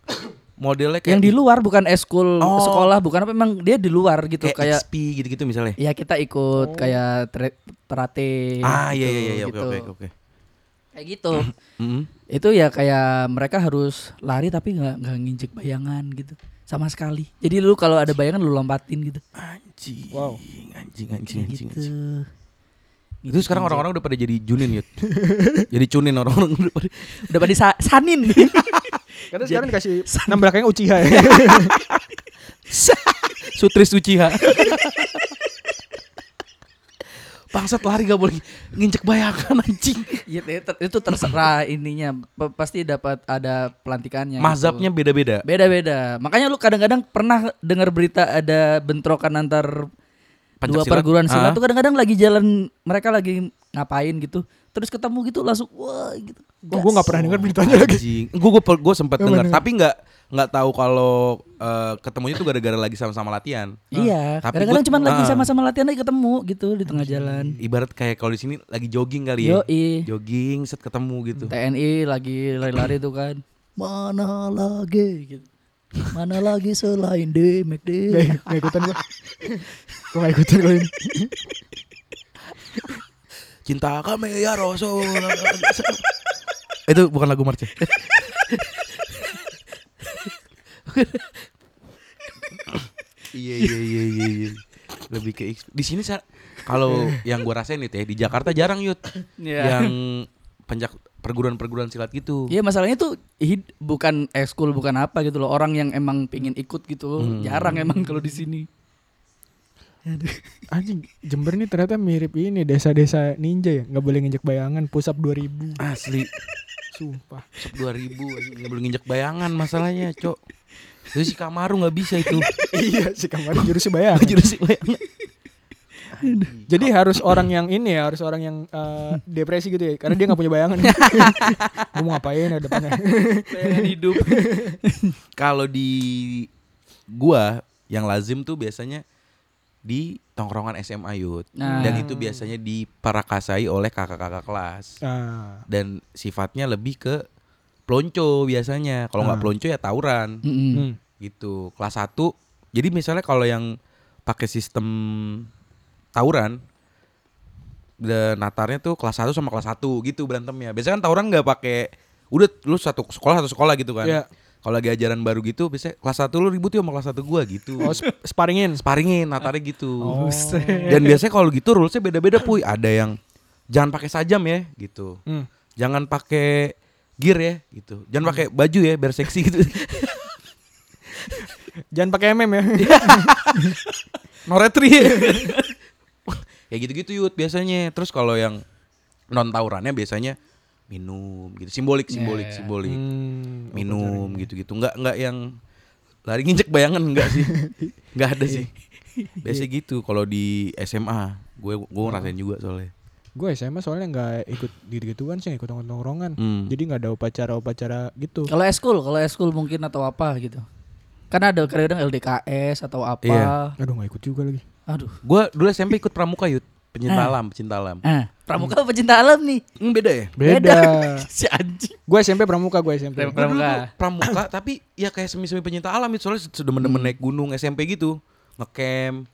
Speaker 2: modelnya kayak
Speaker 3: Yang di luar bukan eskul
Speaker 2: Oh.
Speaker 3: sekolah, bukan apa emang dia di luar gitu
Speaker 2: kayak,
Speaker 3: kayak.
Speaker 2: XP gitu-gitu misalnya.
Speaker 3: Ya kita ikut kayak tre- terate
Speaker 2: ah iya
Speaker 3: gitu,
Speaker 2: iya iya oke
Speaker 3: gitu.
Speaker 2: oke oke.
Speaker 3: Kayak gitu.
Speaker 2: Mm-mm.
Speaker 3: (clears throat) itu ya kayak mereka harus lari tapi nggak nggak nginjek bayangan gitu sama sekali jadi lu kalau ada bayangan lu lompatin gitu
Speaker 2: Anjing.
Speaker 4: Wow.
Speaker 2: Anjing anjing anjing.
Speaker 3: gitu
Speaker 2: anjing. Itu sekarang orang-orang udah pada jadi junin ya. (laughs) jadi cunin orang-orang udah pada.
Speaker 3: udah pada sa- sanin
Speaker 4: Karena sekarang (laughs) dikasih nama belakangnya Uchiha (laughs) ya.
Speaker 2: (laughs) Sutri Suciha. Bangsat lari gak boleh nginjek bayangan anjing.
Speaker 3: Iya, itu- itu- itu terserah ininya P- pasti dapat ada pelantikannya gitu.
Speaker 2: Mazhabnya beda-beda.
Speaker 3: beda beda makanya lu kadang-kadang pernah dengar berita ada bentrokan antar dua
Speaker 2: Pancasila.
Speaker 3: perguruan
Speaker 2: Ah.
Speaker 3: silat tuh kadang-kadang lagi jalan mereka lagi ngapain gitu terus ketemu gitu langsung wah gitu
Speaker 4: Gue gak pernah dengar beritanya lagi.
Speaker 2: Gue gue gue sempat dengar, tapi nggak nggak tahu kalau eh, ketemunya tuh gara-gara lagi sama-sama latihan.
Speaker 3: Iya,
Speaker 2: Tapi
Speaker 3: kadang-kadang
Speaker 2: gua-
Speaker 3: cuma lagi
Speaker 2: ah.
Speaker 3: sama-sama latihan aja ketemu gitu di tengah jalan.
Speaker 2: Ibarat kayak kalau di sini lagi jogging kali ya.
Speaker 3: Yoi,
Speaker 2: Jogging set ketemu gitu.
Speaker 3: TNI lagi lari-lari tuh kan. Mana lagi gitu. Mana lagi selain Demek
Speaker 4: Gak,
Speaker 3: deh.
Speaker 4: gak ikutan gue Gue gak ikutan kalau ini
Speaker 2: Cinta kami ya Rasul. (laughs) Itu bukan lagu marcha. iya iya iya iya. iya. Lebih ke eks- di sini Sa, kalau yang gua rasain itu ya di Jakarta jarang yut
Speaker 3: Iya.
Speaker 2: yang penjak perguruan-perguruan silat gitu.
Speaker 3: Iya masalahnya tuh hid- bukan ekskul bukan apa gitu loh orang yang emang pingin ikut gitu jarang emang kalau di sini
Speaker 4: Anjing, Jember nih ternyata mirip ini desa-desa ninja ya. Nggak boleh nginjek bayangan, push up 2000.
Speaker 2: Asli
Speaker 4: Sumpah.
Speaker 2: Sep 2000 anjing. nggak boleh nginjek bayangan masalahnya, Cok. Itu si Kamaru nggak bisa itu.
Speaker 4: iya, si kamar jurusnya bayangan.
Speaker 2: Jurus si bayangan.
Speaker 4: (laughs) Jadi harus orang yang ini ya, harus orang yang eh, depresi gitu ya, karena dia nggak punya (laughs) bayangan. Gue mau ngapain ya (laughs) depannya?
Speaker 2: Bayangan hidup. Kalau di gua yang lazim tuh biasanya di tongkrongan SMA Yud.
Speaker 3: Nah.
Speaker 2: Dan itu biasanya diperakasai oleh kakak-kakak kelas.
Speaker 4: Ah,
Speaker 2: Dan sifatnya lebih ke plonco biasanya. Kalau nggak
Speaker 4: Ah.
Speaker 2: plonco ya tawuran.
Speaker 3: (laughs) Mm-mm.
Speaker 4: hmm.
Speaker 2: gitu kelas 1 jadi misalnya kalau yang pakai sistem tawuran dan natarnya tuh kelas 1 sama kelas 1 gitu berantemnya biasanya kan tawuran nggak pakai udah lu satu sekolah satu sekolah gitu kan
Speaker 4: Iya.
Speaker 2: kalau lagi ajaran baru gitu biasanya kelas 1 lu ribut yuk sama kelas 1 gua gitu
Speaker 4: Oh, sp- Oh. sparingin.
Speaker 2: (laughs) sparingin natarnya gitu
Speaker 3: Buset.
Speaker 2: dan biasanya kalau gitu rulesnya beda-beda puy ada yang jangan pakai sajam ya gitu
Speaker 4: Hmm.
Speaker 2: jangan pakai gear ya gitu jangan pakai baju ya biar seksi gitu (laughs)
Speaker 4: Jangan pakai mem ya. (laughs)
Speaker 2: Noretri. ya gitu-gitu yut biasanya. Terus kalau yang non tawurannya biasanya minum gitu. Simbolik simbolik
Speaker 3: Yeah.
Speaker 2: simbolik.
Speaker 4: Hmm,
Speaker 2: Minum gitu-gitu. Enggak enggak yang lari nginjek bayangan enggak
Speaker 3: (laughs)
Speaker 2: sih. Enggak ada sih.
Speaker 3: Iya.
Speaker 2: Biasanya gitu kalau di SMA. Gue gue
Speaker 3: Oh.
Speaker 2: ngerasain juga soalnya.
Speaker 4: Gue SMA soalnya nggak ikut gitu-gituan sih, ikut nongkrongan.
Speaker 2: Hmm.
Speaker 4: Jadi nggak ada upacara-upacara gitu.
Speaker 3: Kalau eskul, kalau eskul mungkin atau apa gitu. Karena ada kadang LDKS atau apa.
Speaker 2: Iya.
Speaker 4: Aduh nggak ikut juga lagi.
Speaker 3: Aduh.
Speaker 2: Gue dulu SMP ikut pramuka yut. Pencinta alam, pencinta alam.
Speaker 3: Ah, pramuka apa pecinta alam nih?
Speaker 2: Hmm, beda ya?
Speaker 4: Beda.
Speaker 3: (laughs) si anjing.
Speaker 4: gue SMP pramuka gue SMP.
Speaker 3: Pramuka.
Speaker 2: Gua dulu tuh pramuka tapi ya kayak semi-semi pencinta alam itu soalnya sudah
Speaker 3: Hmm.
Speaker 2: demen naik gunung SMP gitu. Ngecamp.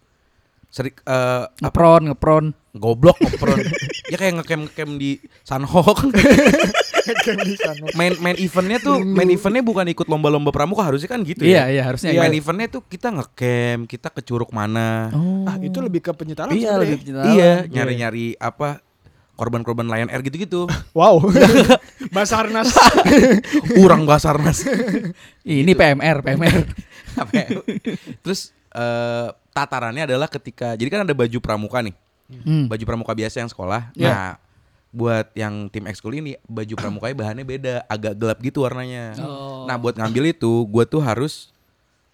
Speaker 2: Seri, eh, apa
Speaker 3: Ngepron, ngepron.
Speaker 2: goblok ngepron ya kayak ngecamp ngecamp di Sanhok main main eventnya tuh main eventnya bukan ikut lomba-lomba pramuka harusnya kan gitu ya
Speaker 3: Iya, iya harusnya
Speaker 4: Iya.
Speaker 2: main eventnya tuh kita ngecamp kita ke curug mana
Speaker 3: Oh.
Speaker 4: Ah itu lebih ke penyetaraan
Speaker 3: iya
Speaker 4: sebenarnya.
Speaker 3: lebih pecinta alam.
Speaker 2: iya nyari-nyari apa korban-korban Lion Air gitu-gitu
Speaker 4: (laughs) Wow. Basarnas.
Speaker 2: urang basarnas
Speaker 3: Ini PMR, PMR.
Speaker 2: Apa ya? (laughs) terus eh, tatarannya adalah ketika jadi kan ada baju pramuka nih
Speaker 3: Hmm.
Speaker 2: baju pramuka biasa yang sekolah.
Speaker 3: Iya.
Speaker 2: Nah, buat yang tim ekskul ini baju pramukanya bahannya beda, agak gelap gitu warnanya.
Speaker 3: Oh.
Speaker 2: Nah, buat ngambil itu gua tuh harus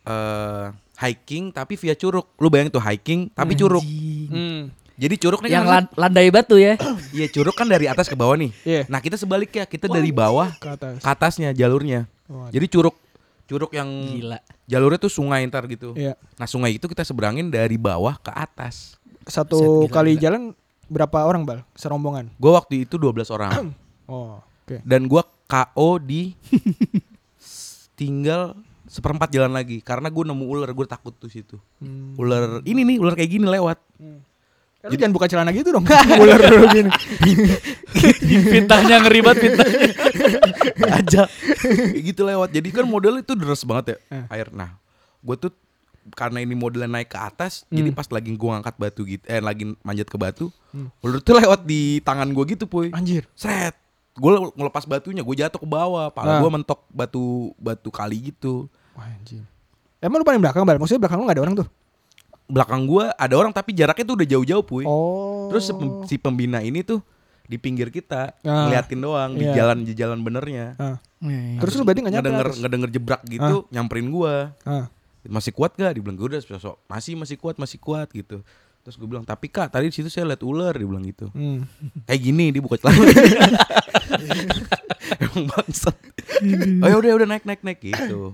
Speaker 2: eh hiking tapi via curug. Lu bayangin tuh hiking tapi curug.
Speaker 4: Hmm.
Speaker 2: Jadi curug nih
Speaker 3: Yang
Speaker 2: kan
Speaker 3: lan- landai batu ya.
Speaker 2: maksudnya- Iya, curug kan dari atas ke bawah nih.
Speaker 4: Iya.
Speaker 2: Nah, kita sebaliknya, kita dari bawah
Speaker 4: Ke atas.
Speaker 2: ke atasnya jalurnya.
Speaker 4: Waduh.
Speaker 2: Jadi curug curug yang
Speaker 3: Gila.
Speaker 2: jalurnya tuh sungai ntar gitu.
Speaker 4: Iya.
Speaker 2: Nah, sungai itu kita seberangin dari bawah ke atas.
Speaker 4: Satu
Speaker 3: Set, gila,
Speaker 4: kali
Speaker 3: gila.
Speaker 4: jalan berapa orang, Bal? Serombongan.
Speaker 2: Gua waktu itu 12 orang.
Speaker 4: Oh, oke.
Speaker 2: dan gua KO
Speaker 4: (laughs)
Speaker 2: di s- tinggal seperempat jalan lagi karena gue nemu ular gue takut tuh situ
Speaker 4: Hmm.
Speaker 2: ular ini nih ular kayak gini lewat
Speaker 4: Eh, lu jangan buka celana gitu dong. Ular dulu gini.
Speaker 3: Pintahnya ngeribat pintah.
Speaker 2: aja Kayak (laughs) gitu lewat jadi kan model itu deras banget ya
Speaker 4: Eh.
Speaker 2: air nah gue tuh karena ini modelnya naik ke atas
Speaker 4: Hmm.
Speaker 2: jadi pas lagi gue ngangkat batu gitu eh lagi manjat ke batu
Speaker 4: Hmm.
Speaker 2: ular tuh lewat di tangan gue gitu puy
Speaker 4: Anjir.
Speaker 2: seret gue ngelepas batunya gue jatuh ke bawah
Speaker 4: Ah.
Speaker 2: pala gue mentok batu batu kali gitu
Speaker 4: Wah, anjir. Emang lu paling belakang, Bal? Maksudnya belakang lu gak ada orang tuh?
Speaker 2: belakang gue ada orang tapi jaraknya tuh udah jauh-jauh puy
Speaker 4: Oh.
Speaker 2: Terus si pem- si pembina ini tuh di pinggir kita
Speaker 4: Ah.
Speaker 2: ngeliatin doang di
Speaker 4: Iya.
Speaker 2: jalan di jalan benernya.
Speaker 4: Ah.
Speaker 3: Terus
Speaker 4: Terus lu berarti gak nyampe
Speaker 2: Ngedenger
Speaker 4: atas?
Speaker 2: ngedenger jebrak gitu nyamperin gua.
Speaker 4: Ah.
Speaker 2: Masih kuat gak? Dibilang gue udah sosok masih masih kuat masih kuat gitu. Terus gue bilang tapi kak tadi di situ saya lihat ular dibilang gitu.
Speaker 4: Hmm.
Speaker 3: (laughs)
Speaker 2: Kayak gini dia buka celana. (laughs) Emang bangsat. Oh udah udah naik naik naik gitu.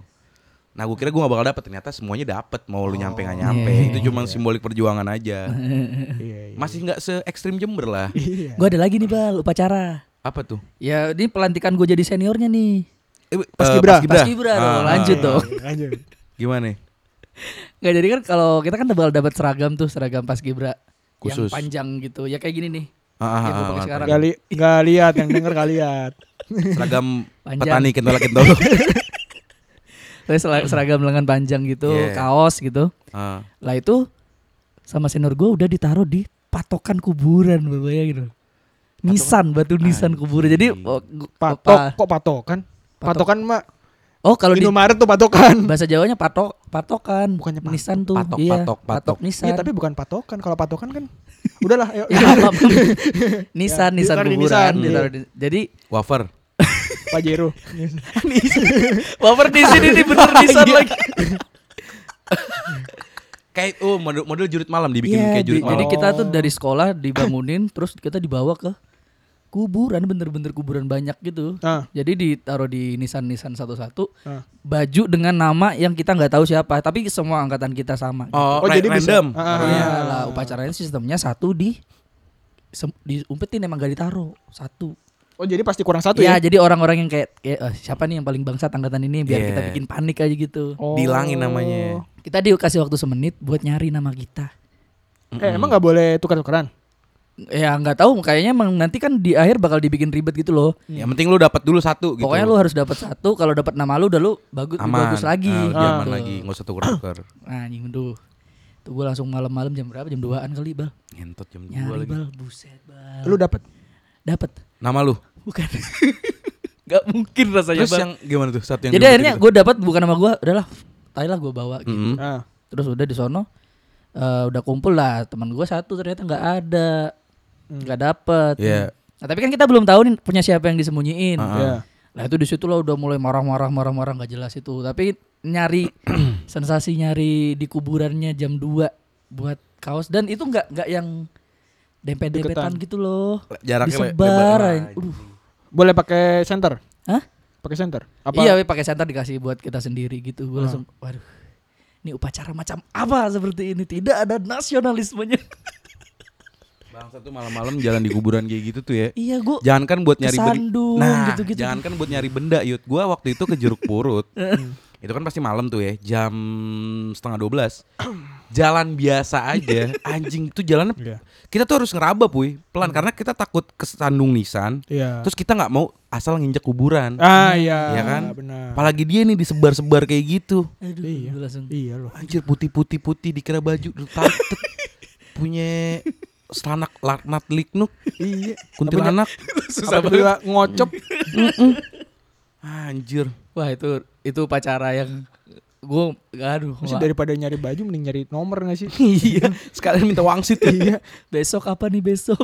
Speaker 2: Nah gue kira gue gak bakal dapet Ternyata semuanya dapet Mau lu nyampe gak nyampe
Speaker 3: Iya.
Speaker 2: Itu cuma simbolik perjuangan aja
Speaker 4: Iya, iya.
Speaker 2: Masih gak se ekstrim jember lah
Speaker 4: Iya.
Speaker 3: gue ada lagi nih bal upacara.
Speaker 2: Apa tuh?
Speaker 3: Ya ini pelantikan gue jadi seniornya nih.
Speaker 2: Eh,
Speaker 4: Paskibra.
Speaker 2: eh,
Speaker 3: Pas Gibra dong,
Speaker 2: Ah.
Speaker 3: lanjut dong.
Speaker 4: Iya, Lanjut.
Speaker 2: Gimana? nih?
Speaker 3: Gak jadi kan kalau kita kan tebal dapat seragam tuh seragam pas Gibra
Speaker 2: Khusus.
Speaker 3: yang panjang gitu ya kayak gini nih
Speaker 2: Ah, ah,
Speaker 3: Yang gua
Speaker 2: ah,
Speaker 3: pakai
Speaker 2: ah,
Speaker 3: sekarang.
Speaker 4: Gak, li- gak lihat yang denger gak lihat.
Speaker 2: Seragam
Speaker 3: Panjang.
Speaker 2: petani kentola
Speaker 3: (laughs)
Speaker 2: kentola.
Speaker 3: Terus sela- seragam lengan panjang gitu
Speaker 2: Iya.
Speaker 3: kaos gitu
Speaker 2: Ah.
Speaker 3: lah itu sama senior gue udah ditaruh di patokan kuburan Bal, bayangin gitu nisan batu nisan kuburan jadi oh, gua-
Speaker 4: Patok
Speaker 3: apa-
Speaker 4: kok patokan?
Speaker 3: Patok.
Speaker 4: Patokan mah
Speaker 3: Oh kalau di
Speaker 4: Indomaret tuh patokan.
Speaker 3: bahasa Jawanya patok patokan.
Speaker 4: Bukannya patok,
Speaker 3: nisan tuh.
Speaker 2: patok,
Speaker 3: iya,
Speaker 2: patok, patok.
Speaker 3: nisan. (laughs)
Speaker 4: Iya tapi (laughs) bukan patokan. Kalau patokan kan udahlah ayo.
Speaker 3: Ya, apa- apa.
Speaker 4: Ya,
Speaker 3: nisan, nisan
Speaker 4: ditaruh di
Speaker 3: kuburan.
Speaker 4: nisan.
Speaker 3: ditaruh di- Jadi
Speaker 2: Wafer.
Speaker 4: Pajero.
Speaker 3: wafer di sini nih bener (laughs) nisan lagi.
Speaker 2: Kayak oh model, model jurit malam dibikin
Speaker 3: Iya,
Speaker 2: kayak
Speaker 3: di-
Speaker 2: jurit malam.
Speaker 3: jadi kita tuh dari sekolah dibangunin (coughs) terus kita dibawa ke kuburan bener-bener kuburan banyak gitu.
Speaker 4: Ah.
Speaker 3: Jadi ditaruh di nisan-nisan satu-satu.
Speaker 4: Ah.
Speaker 3: Baju dengan nama yang kita nggak tahu siapa, tapi semua angkatan kita sama.
Speaker 2: Oh,
Speaker 4: Oh, jadi
Speaker 2: jadi
Speaker 4: bisa.
Speaker 2: random.
Speaker 4: Ah,
Speaker 2: Taruhnya.
Speaker 3: Iya lah upacaranya sistemnya satu di sem- diumpetin emang gak ditaruh satu.
Speaker 4: Oh jadi pasti kurang satu
Speaker 3: Iya
Speaker 4: ya.
Speaker 3: jadi orang-orang yang kayak, kayak, "Eh, siapa nih yang paling bangsa angkatan ini biar kita
Speaker 2: Iya.
Speaker 3: bikin panik aja gitu.
Speaker 4: Oh.
Speaker 2: Bilangin namanya.
Speaker 3: Kita dikasih waktu semenit buat nyari nama kita.
Speaker 4: Eh emang nggak boleh tukar-tukaran?
Speaker 3: Ya nggak tahu kayaknya emang nanti kan di akhir bakal dibikin ribet gitu loh.
Speaker 2: Yang penting lu dapat dulu satu gitu.
Speaker 3: Pokoknya lu harus dapat satu, kalau dapat nama lu udah lu bagus
Speaker 2: aman.
Speaker 3: bagus lagi.
Speaker 2: Ah, udah aman
Speaker 3: Gitu.
Speaker 2: lagi, enggak usah tuker-tuker.
Speaker 3: Nah, anjing tuh. Tuh gue langsung malam-malam jam berapa? Jam 2-an kali, Bal.
Speaker 2: Ngentot jam 2
Speaker 3: Nyari,
Speaker 2: lagi.
Speaker 3: Bal. Buset, Bal.
Speaker 4: Lu dapet?
Speaker 3: Dapat.
Speaker 2: Nama lu. (laughs)
Speaker 3: Bukan. Gak mungkin rasanya,
Speaker 2: Terus
Speaker 3: Bal.
Speaker 2: yang gimana tuh? Satu yang gitu.
Speaker 3: Jadi
Speaker 2: diumpetin
Speaker 3: akhirnya
Speaker 2: itu.
Speaker 3: gue dapat bukan nama gue, udahlah, tai lah gue bawa. gitu.
Speaker 2: Mm-mm.
Speaker 4: Ah.
Speaker 3: Terus udah di sono eh, udah kumpul lah teman gue satu ternyata nggak ada, nggak dapet.
Speaker 2: Hmm. Iya.
Speaker 3: Nah, tapi kan kita belum tahu nih punya siapa yang disembunyiin.
Speaker 2: Ah.
Speaker 4: Ya.
Speaker 3: Nah itu di situ lah udah mulai marah-marah marah-marah nggak jelas itu. Tapi (clears throat) nyari sensasi nyari di kuburannya jam 2 buat kaos dan itu nggak nggak yang dempet-dempetan
Speaker 4: Deketan.
Speaker 3: gitu loh.
Speaker 2: Le- Jaraknya le-
Speaker 3: Disebar.
Speaker 2: lebar.
Speaker 3: aja. Aduh.
Speaker 4: Boleh pakai center?
Speaker 3: Hah?
Speaker 4: Pakai center?
Speaker 3: Iya, we pakai senter dikasih buat kita sendiri gitu. Gue langsung waduh. Ini upacara macam apa seperti ini? Tidak ada nasionalismenya.
Speaker 2: Bangsa tuh malam-malam jalan di kuburan kayak gitu tuh ya.
Speaker 3: (laughs) iya, gua
Speaker 2: Jangan kan buat nyari benda.
Speaker 3: Kesandung,
Speaker 2: Nah,
Speaker 3: gitu-gitu.
Speaker 2: jangan kan buat nyari benda, Yud. Gua waktu itu ke Jeruk Purut. itu kan pasti malam tuh ya, jam setengah 12. Jalan biasa aja, anjing itu jalannya.
Speaker 4: Iya.
Speaker 2: Kita tuh harus ngeraba, Puy. Pelan karena kita takut kesandung nisan.
Speaker 4: Iya.
Speaker 2: Terus kita nggak mau asal nginjek kuburan.
Speaker 4: Ah iya.
Speaker 2: Iya kan?
Speaker 4: Benar.
Speaker 2: Apalagi dia nih disebar-sebar kayak gitu.
Speaker 3: aduh,
Speaker 4: Iya.
Speaker 3: gua langsung
Speaker 4: Iya loh.
Speaker 2: Anjir putih-putih-putih dikira baju lu tatet. punya setanak laknat liknuk
Speaker 4: Iya.
Speaker 2: kuntilanak
Speaker 4: Susah banget. Ngocok.
Speaker 2: anjir
Speaker 3: Wah itu itu upacara yang gue aduh
Speaker 4: Mesti
Speaker 3: wah.
Speaker 4: daripada nyari baju mending nyari nomor gak sih?
Speaker 2: iya sekalian minta wangsit iya
Speaker 3: besok apa nih besok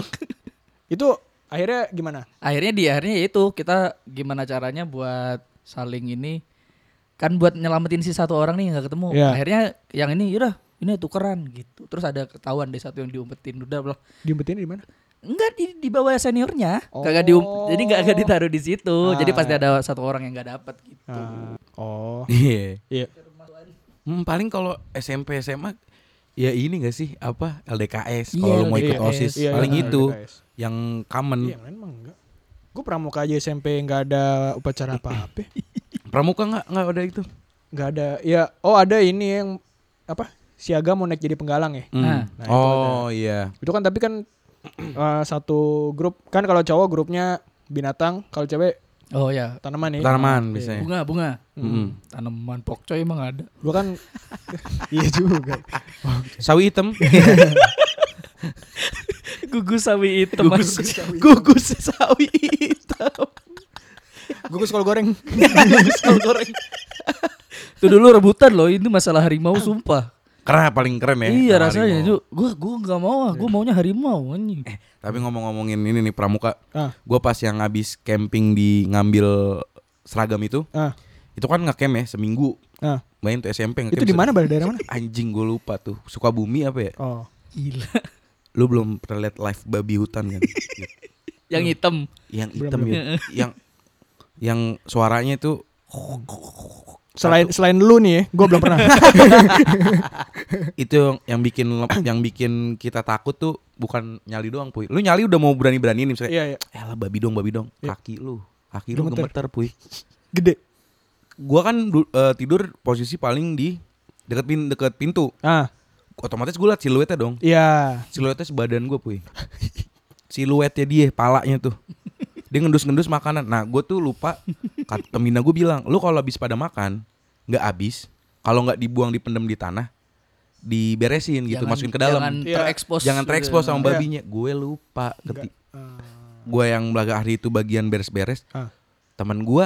Speaker 3: (laughs)
Speaker 4: Itu akhirnya gimana?
Speaker 3: akhirnya di akhirnya ya itu kita gimana caranya buat saling ini kan buat nyelamatin si satu orang nih nggak ketemu
Speaker 4: Iya.
Speaker 3: akhirnya yang ini yaudah ini tukeran gitu terus ada ketahuan deh satu yang diumpetin udah bro
Speaker 4: Diumpetin di mana?
Speaker 3: Enggak di, di bawah seniornya,
Speaker 4: Oh.
Speaker 3: kagak dium, jadi nggak nggak ditaruh di situ,
Speaker 4: Ah,
Speaker 3: jadi pasti
Speaker 4: iya.
Speaker 3: ada satu orang yang nggak dapat gitu.
Speaker 4: Ah, oh.
Speaker 2: iya
Speaker 4: Iya.
Speaker 2: Hmm, paling kalau SMP SMA ya ini gak sih apa LDKS
Speaker 3: Iya,
Speaker 2: kalau lu mau ikut
Speaker 3: LDKS.
Speaker 2: osis
Speaker 4: Iya,
Speaker 2: paling
Speaker 4: iya,
Speaker 2: gitu
Speaker 4: LDKS.
Speaker 2: yang common
Speaker 4: Iya, yang lain emang enggak. Gue pramuka aja SMP nggak ada upacara (laughs) apa-apa.
Speaker 2: pramuka nggak nggak ada itu
Speaker 4: Nggak ada. Ya, oh ada ini yang apa? Siaga mau naik jadi penggalang ya.
Speaker 2: Hmm.
Speaker 3: Nah,
Speaker 4: nah, itu
Speaker 2: oh iya
Speaker 4: Itu kan tapi kan (clears throat) eh, satu grup kan kalau cowok grupnya binatang, kalau cewek
Speaker 3: Oh ya,
Speaker 4: tanaman ya.
Speaker 2: tanaman biasanya Hmm,
Speaker 3: bunga bunga,
Speaker 4: Hmm.
Speaker 2: Mm-mm.
Speaker 3: tanaman pokcoy emang ada. (laughs)
Speaker 4: Gue (laughs) kan iya juga.
Speaker 2: sawi hitam (laughs)
Speaker 3: Gugus sawi hitam Gugus, (laughs) gugus sawi hitam
Speaker 4: Gugus kol (laughs) goreng.
Speaker 3: Itu dulu rebutan loh Ini masalah harimau sumpah
Speaker 2: karena paling keren ya
Speaker 3: Iya
Speaker 2: sama
Speaker 3: rasanya
Speaker 2: harimau. Iya. Eh.
Speaker 3: itu Gue gua gak mau ah Gue maunya harimau anjing.
Speaker 2: Tapi ngomong-ngomongin ini nih pramuka,
Speaker 4: Ah.
Speaker 2: gue pas yang habis camping di ngambil seragam itu,
Speaker 4: Ah,
Speaker 2: itu kan ngecamp ya seminggu.
Speaker 4: ah.
Speaker 2: Main tuh SMP ngecamp.
Speaker 4: Itu di mana? Bal? (laughs) Daerah mana?
Speaker 2: se- Anjing gue lupa tuh. Sukabumi apa ya?
Speaker 4: Oh.
Speaker 3: Gila
Speaker 2: Lu belum pernah lihat live babi hutan kan?
Speaker 4: (laughs)
Speaker 3: Yang hitam
Speaker 2: yang
Speaker 4: Belum,
Speaker 2: hitam
Speaker 4: belum.
Speaker 2: ya. Yang yang suaranya itu
Speaker 4: Selain selain lu nih, ya, gue belum (laughs) pernah.
Speaker 2: itu yang, yang bikin lem- yang bikin kita takut tuh bukan nyali doang puy. Lu nyali udah mau berani-berani nih misalnya.
Speaker 4: Iya, iya.
Speaker 2: Eh lah babi dong, babi dong.
Speaker 4: Iya.
Speaker 2: Kaki lu, kaki lu
Speaker 4: Gemeter.
Speaker 2: gemeter puy.
Speaker 4: Gede.
Speaker 2: Gua kan du- eh, tidur posisi paling di deket pin deket pintu.
Speaker 4: Ah,
Speaker 2: otomatis gue liat siluetnya dong
Speaker 4: iya.
Speaker 2: siluetnya sebadan gue puy siluetnya dia palanya tuh dia ngendus-ngendus makanan nah gue tuh lupa kat- Kemina gue bilang lu kalau habis pada makan nggak habis kalau nggak dibuang dipendem di tanah diberesin gitu
Speaker 3: Jangan-
Speaker 2: masukin ke dalam
Speaker 3: Jangan gitu.
Speaker 2: jangan,
Speaker 4: Iya.
Speaker 3: terekspos
Speaker 2: terekspos sama
Speaker 4: Iya.
Speaker 2: babinya gue lupa
Speaker 4: Nggak.
Speaker 2: keti
Speaker 4: Ah.
Speaker 2: gue yang belaga hari itu bagian beres-beres
Speaker 4: Ah.
Speaker 2: teman gue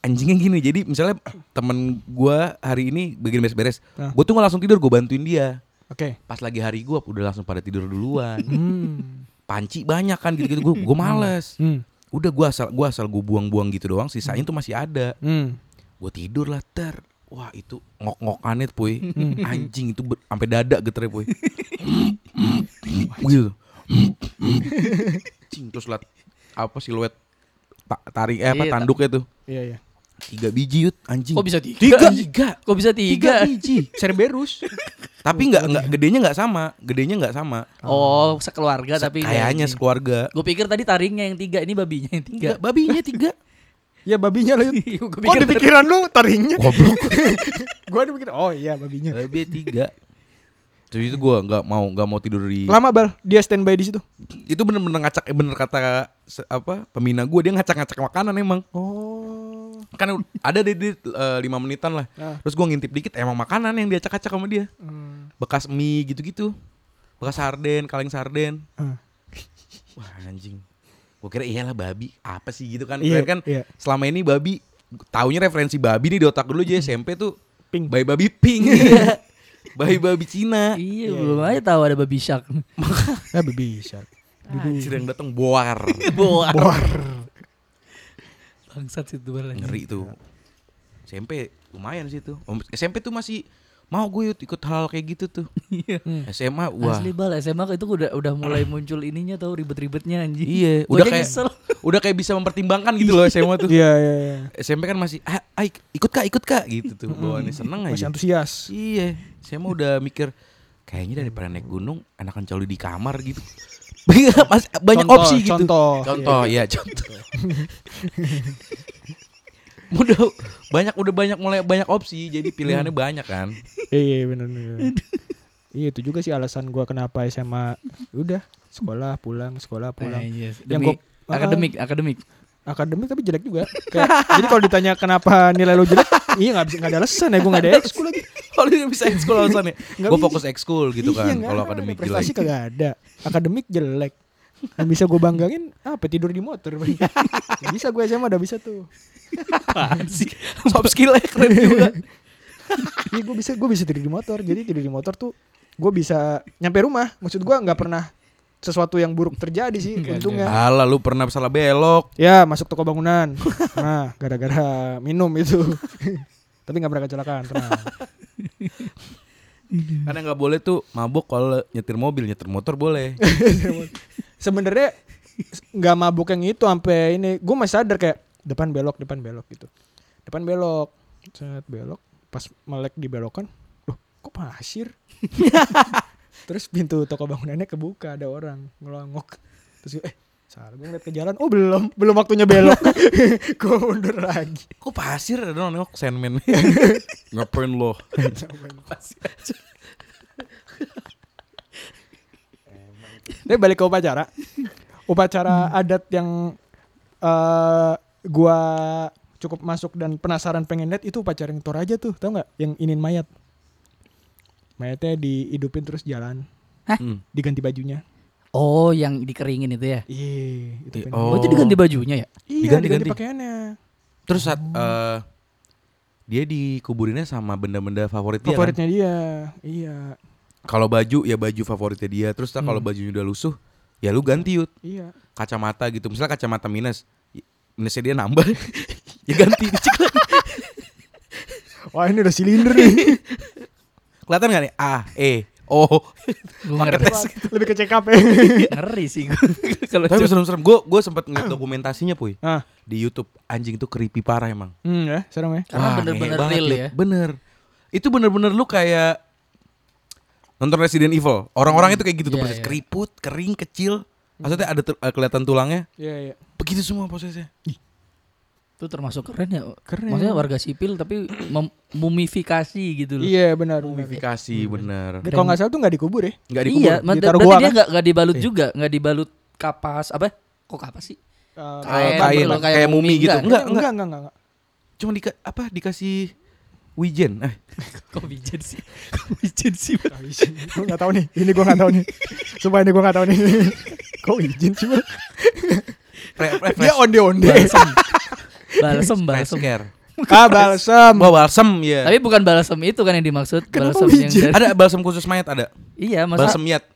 Speaker 2: anjingnya gini jadi misalnya temen gua hari ini bikin beres-beres
Speaker 4: Nah.
Speaker 2: gue tuh nggak langsung tidur gue bantuin dia
Speaker 4: Oke.
Speaker 2: pas lagi hari gua udah langsung pada tidur duluan
Speaker 4: Hmm.
Speaker 2: panci banyak kan gitu-gitu gue (laughs) gue males
Speaker 4: Hmm.
Speaker 2: udah gua asal gua asal gue buang-buang gitu doang sisanya tuh masih ada
Speaker 4: Hmm.
Speaker 2: gue tidur lah ter wah itu ngok-ngokannya (laughs) puy anjing itu ber- sampai dada geternya (laughs) puy gitu (laughs) Cing, terus lah apa siluet ta- tarik eh, apa
Speaker 3: Iya, ta-
Speaker 2: tanduknya tuh
Speaker 4: Iya iya.
Speaker 2: tiga biji yut anjing
Speaker 3: Kok bisa tiga?
Speaker 2: tiga
Speaker 3: Kok bisa tiga?
Speaker 2: biji
Speaker 4: Cerberus.
Speaker 2: (laughs) tapi nggak nggak gedenya nggak sama gedenya nggak sama
Speaker 3: Oh, sekeluarga tapi iya.
Speaker 2: kayaknya sekeluarga
Speaker 3: Gue pikir tadi taringnya yang tiga, ini babinya yang tiga. (laughs)
Speaker 2: Nggak, babinya tiga
Speaker 4: Ya babinya (laughs) lo.
Speaker 3: Gue
Speaker 4: Kok di pikiran lu taringnya?
Speaker 2: goblok
Speaker 4: Gua di pikiran. Oh iya babinya.
Speaker 2: babinya tiga Terus itu gue nggak mau nggak mau tidur di
Speaker 4: Lama bal dia standby di situ.
Speaker 2: itu bener-bener ngacak eh, bener kata se- apa pembina gue dia ngacak-ngacak makanan emang
Speaker 4: Oh.
Speaker 2: kan ada di, di eh, lima menitan lah
Speaker 4: Ah.
Speaker 2: terus gue ngintip dikit emang makanan yang diacak-acak sama dia
Speaker 4: Hmm.
Speaker 2: bekas mie gitu-gitu bekas sarden kaleng sarden
Speaker 4: Ah.
Speaker 2: wah anjing gue kira iyalah babi apa sih gitu kan
Speaker 4: Iya,
Speaker 2: Keren kan
Speaker 4: iya.
Speaker 2: selama ini babi taunya referensi babi nih di otak dulu aja SMP tuh
Speaker 4: Pink.
Speaker 2: bayi babi pink
Speaker 4: (laughs)
Speaker 2: Iya. bayi babi Cina
Speaker 3: Iya, belum aja tahu ada babi shark.
Speaker 4: Nah baby shark.
Speaker 2: Anjir yang datang boar
Speaker 3: (laughs) Boar. Bangsat situ bener lagi.
Speaker 2: ngeri tuh SMP lumayan sih tuh Om- SMP tuh masih mau gue yuk ikut hal kayak gitu tuh
Speaker 3: Iya.
Speaker 2: SMA wah
Speaker 3: Asli bal SMA itu udah udah mulai muncul ininya tau ribet-ribetnya anjing.
Speaker 2: iya
Speaker 3: Gua
Speaker 2: udah
Speaker 3: aja
Speaker 2: kayak
Speaker 3: nyesel.
Speaker 2: (laughs) udah kayak bisa mempertimbangkan gitu loh SMA
Speaker 3: (laughs)
Speaker 2: tuh
Speaker 4: Iya iya iya.
Speaker 2: SMP kan masih ah, ah, ik- ikut kak ikut kak gitu tuh bawaannya seneng
Speaker 4: Masih
Speaker 2: aja
Speaker 4: antusias.
Speaker 2: iya SMA udah mikir kayaknya daripada naik gunung enakan coli di kamar gitu (laughs) Mas- banyak
Speaker 4: Contoh,
Speaker 2: opsi gitu
Speaker 4: Contoh.
Speaker 2: Contoh ya contoh. (laughs) udah banyak udah banyak mulai banyak opsi jadi pilihannya banyak kan.
Speaker 4: Iya iya benar benar. Iya itu juga sih alasan gua kenapa SMA udah sekolah pulang sekolah pulang. Yang
Speaker 3: iya Demi
Speaker 4: gua- Ah,
Speaker 3: akademik, akademik.
Speaker 4: akademik tapi jelek juga. Kayak, jadi kalau ditanya kenapa nilai lo jelek, iya nggak bisa nggak ada alasan ya gue nggak ada ekskul lagi.
Speaker 2: (laughs) Kalau dia bisa ekskul alasannya.
Speaker 4: Nggak
Speaker 2: Gue
Speaker 4: bisa.
Speaker 2: fokus ekskul gitu
Speaker 4: Iya,
Speaker 2: kan
Speaker 4: nggak
Speaker 2: kalau
Speaker 4: ada,
Speaker 2: akademik
Speaker 4: prestasi
Speaker 2: jelek.
Speaker 4: kagak ada. Akademik jelek. Yang bisa gue banggain apa tidur di motor. (laughs) bisa gue SMA udah bisa tuh.
Speaker 3: Apaan sih?
Speaker 2: (laughs) Soft skill ya,
Speaker 4: (laughs)
Speaker 2: keren juga.
Speaker 4: Iya gue bisa gue bisa tidur di motor. Jadi tidur di motor tuh gue bisa nyampe rumah. Maksud gue nggak pernah sesuatu yang buruk terjadi sih untungnya.
Speaker 2: Alah lu pernah salah belok.
Speaker 4: Ya masuk toko bangunan. Nah gara-gara minum itu. (laughs) Tapi nggak pernah kecelakaan. Tenang. Iya.
Speaker 2: Karena nggak boleh tuh mabuk kalau nyetir mobil, nyetir motor boleh.
Speaker 4: sebenarnya s- nggak mabuk yang itu sampai ini gue masih sadar kayak depan belok depan belok gitu depan belok set belok pas melek di belokan loh kok pasir (laughs) terus pintu toko bangunannya kebuka ada orang ngelongok terus gua, eh salah gue ngeliat ke jalan oh belum belum waktunya belok (laughs) gue mundur lagi
Speaker 2: Kok pasir ada orang nengok sandman. (laughs) Ngapain lo?
Speaker 4: tapi balik ke upacara upacara adat yang eh gue cukup masuk dan penasaran pengen lihat itu upacara yang Toraja tuh tau nggak yang inin mayat mayatnya dihidupin terus jalan
Speaker 2: Hmm.
Speaker 4: diganti bajunya
Speaker 3: Oh, yang dikeringin itu ya.
Speaker 4: iya itu pengen-
Speaker 2: Oh.
Speaker 3: Oh, itu diganti bajunya ya?
Speaker 4: iya diganti,
Speaker 2: Diganti-ganti. Iya
Speaker 4: pakaiannya
Speaker 2: Terus saat eh, dia dikuburinnya sama benda-benda favorit dia kan?
Speaker 4: favoritnya dia iya
Speaker 2: Kalau baju ya baju favoritnya dia. Terus ntar kalau bajunya udah lusuh, ya lu ganti yut
Speaker 4: iya
Speaker 2: kacamata gitu. Misalnya kacamata minus, y- minusnya dia nambah, (laughs) ya ganti. Cek,
Speaker 4: wah ini udah silinder (laughs) nih
Speaker 2: Kelihatan nggak nih? A, E, O.
Speaker 3: Gue ngeri,
Speaker 4: lebih ke ya. CKP
Speaker 3: (laughs) ngeri sih gue. Kalau
Speaker 2: Tapi
Speaker 3: cuma-
Speaker 2: serem-serem. Gue gue sempet ngeliat dokumentasinya puy
Speaker 4: (laughs) ah
Speaker 2: di YouTube. Anjing itu creepy parah emang.
Speaker 4: hmm ya serem ya
Speaker 3: karena
Speaker 2: Wah,
Speaker 3: bener-bener
Speaker 2: ngehe banget,
Speaker 3: real
Speaker 2: Lut.
Speaker 3: ya.
Speaker 2: Bener. Itu bener-bener lu kayak nonton Resident Evil. Orang-orang itu kayak gitu tuh
Speaker 3: Iya,
Speaker 2: proses
Speaker 3: iya.
Speaker 2: keriput, kering, kecil. Maksudnya ada ter- eh, kelihatan tulangnya.
Speaker 4: iya iya
Speaker 2: Begitu semua prosesnya.
Speaker 3: Itu termasuk keren ya.
Speaker 4: Keren.
Speaker 3: Maksudnya warga sipil tapi mem- mumifikasi gitu loh.
Speaker 4: iya benar benar.
Speaker 2: Mumifikasi bener.
Speaker 4: kalau nggak salah tuh nggak dikubur ya
Speaker 2: Nggak dikubur.
Speaker 3: Iya, ma-
Speaker 4: ditaruh
Speaker 3: berarti
Speaker 4: gua,
Speaker 3: dia
Speaker 4: kan?
Speaker 3: nggak nggak dibalut juga, nggak dibalut kapas apa? Kok kapas sih? (laughs)
Speaker 4: Eh,
Speaker 2: Ah, Kain, kain,
Speaker 3: Kain, betul,
Speaker 2: kayak,
Speaker 3: Iya, kayak
Speaker 2: mumi,
Speaker 3: mumi
Speaker 2: gitu.
Speaker 3: kan?
Speaker 2: Enggak, enggak.
Speaker 4: enggak enggak enggak
Speaker 2: Cuma di apa dikasih wijen. Eh,
Speaker 3: Kok bijen sih? (laughs) Kok bijen
Speaker 4: (laughs)
Speaker 3: sih? Bang?
Speaker 4: Ah, izin. Gua nggak tahu nih. Ini gue nggak tahu nih. Sumpah ini gue nggak tahu nih. Kok izin sih? Bang?
Speaker 2: pre, pre,
Speaker 4: Iya. Dia onde onde.
Speaker 3: balsem
Speaker 2: Nice
Speaker 3: balsem.
Speaker 2: care.
Speaker 4: Ah, balsam.
Speaker 2: Wah balsam ya.
Speaker 3: Tapi bukan balsem itu kan yang dimaksud.
Speaker 4: Kenapa
Speaker 3: balsam yang
Speaker 4: wijen?
Speaker 3: dari-
Speaker 2: ada balsam khusus mayat ada.
Speaker 3: Iya, masa
Speaker 2: Balsam yat.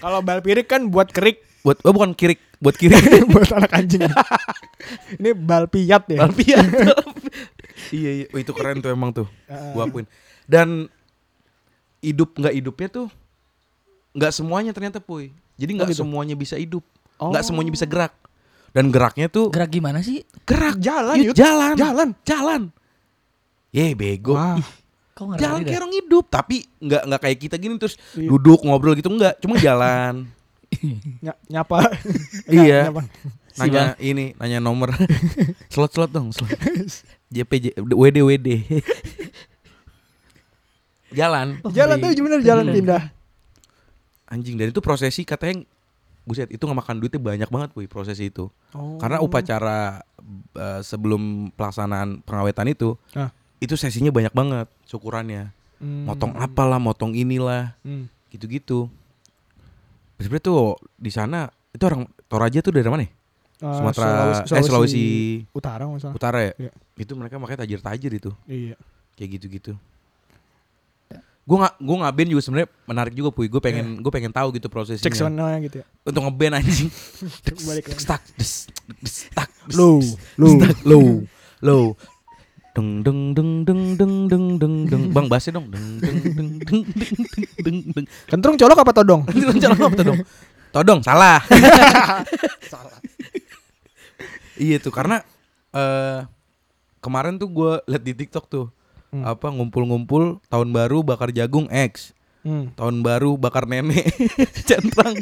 Speaker 4: Kalau bal pirik kan buat kerik
Speaker 2: Buat oh bukan kirik, buat kirik.
Speaker 4: (laughs) buat anak anjing. Ini bal piat ya.
Speaker 2: Balpi yat. iya iya. Oh, itu keren tuh emang
Speaker 4: (laughs)
Speaker 2: tuh. Gua akuin. Dan hidup nggak hidupnya tuh nggak semuanya ternyata puy. Jadi nggak
Speaker 4: gitu?
Speaker 2: semuanya bisa hidup.
Speaker 4: Oh.
Speaker 2: Nggak semuanya bisa gerak. Dan geraknya tuh
Speaker 3: (laughs) gerak gimana sih?
Speaker 2: gerak
Speaker 4: Jalan,
Speaker 2: Yud,
Speaker 4: Yud.
Speaker 2: jalan
Speaker 4: Jalan.
Speaker 2: jalan ye bego
Speaker 4: Wah.
Speaker 2: Ih,
Speaker 3: Kok gitu ya? ngerti
Speaker 2: jalan
Speaker 3: dah?
Speaker 2: kayak orang hidup tapi nggak nggak kayak kita gini terus
Speaker 4: Iya.
Speaker 2: duduk ngobrol gitu nggak
Speaker 4: (laughs)
Speaker 2: cuma jalan
Speaker 4: Ny- (laughs) nyapa.
Speaker 2: Iya.
Speaker 4: Nyapa.
Speaker 3: Si
Speaker 2: nanya ini nanya nomor
Speaker 4: (laughs)
Speaker 2: slot slot dong slot jp J- wd wd
Speaker 4: (laughs)
Speaker 2: jalan
Speaker 3: Oh,
Speaker 4: Jalan
Speaker 3: ngeri.
Speaker 4: tuh bener jalan
Speaker 3: Bener.
Speaker 4: pindah.
Speaker 2: anjing dan itu prosesi katanya buset itu ngemakan duitnya banyak banget puy prosesi itu
Speaker 4: Oh.
Speaker 2: karena upacara eh, sebelum pelaksanaan pengawetan itu
Speaker 4: Ah.
Speaker 2: itu sesinya banyak banget syukurannya
Speaker 4: Hmm.
Speaker 2: motong apalah, motong inilah,
Speaker 4: Hmm.
Speaker 2: gitu-gitu. Sebenarnya tuh di sana itu orang Toraja tuh dari mana? ya?
Speaker 4: Ah,
Speaker 2: Sumatera, eh, Sulawesi,
Speaker 4: Utara nggak salah.
Speaker 2: Utara ya.
Speaker 4: Iya.
Speaker 2: Itu mereka makanya tajir-tajir itu,
Speaker 4: Iya.
Speaker 2: kayak gitu-gitu. Gue nggak gue ngaben juga sebenarnya menarik juga puy. Gue pengen gue pengen tahu gitu prosesnya.
Speaker 4: Iya. Cek sana gitu ya.
Speaker 2: Untuk ngeband anjing.
Speaker 4: (laughs) Balik lagi.
Speaker 2: Stak, des, des, tak, des,
Speaker 4: Lu,
Speaker 2: des,
Speaker 4: lu.
Speaker 2: stak, (laughs) lu, lu. Deng deng deng deng deng deng deng deng. Bang bassnya dong. Deng deng deng deng deng deng deng (laughs) deng.
Speaker 4: Kentrung colok apa todong?
Speaker 2: Nanti lo jawab tuh dong. Todong
Speaker 4: (laughs)
Speaker 2: salah. iya tuh karena eh kemarin tuh gue liat di TikTok tuh
Speaker 4: Hmm.
Speaker 2: apa ngumpul-ngumpul tahun baru bakar jagung X,
Speaker 4: Hmm.
Speaker 2: tahun baru bakar (laughs) nenek centang.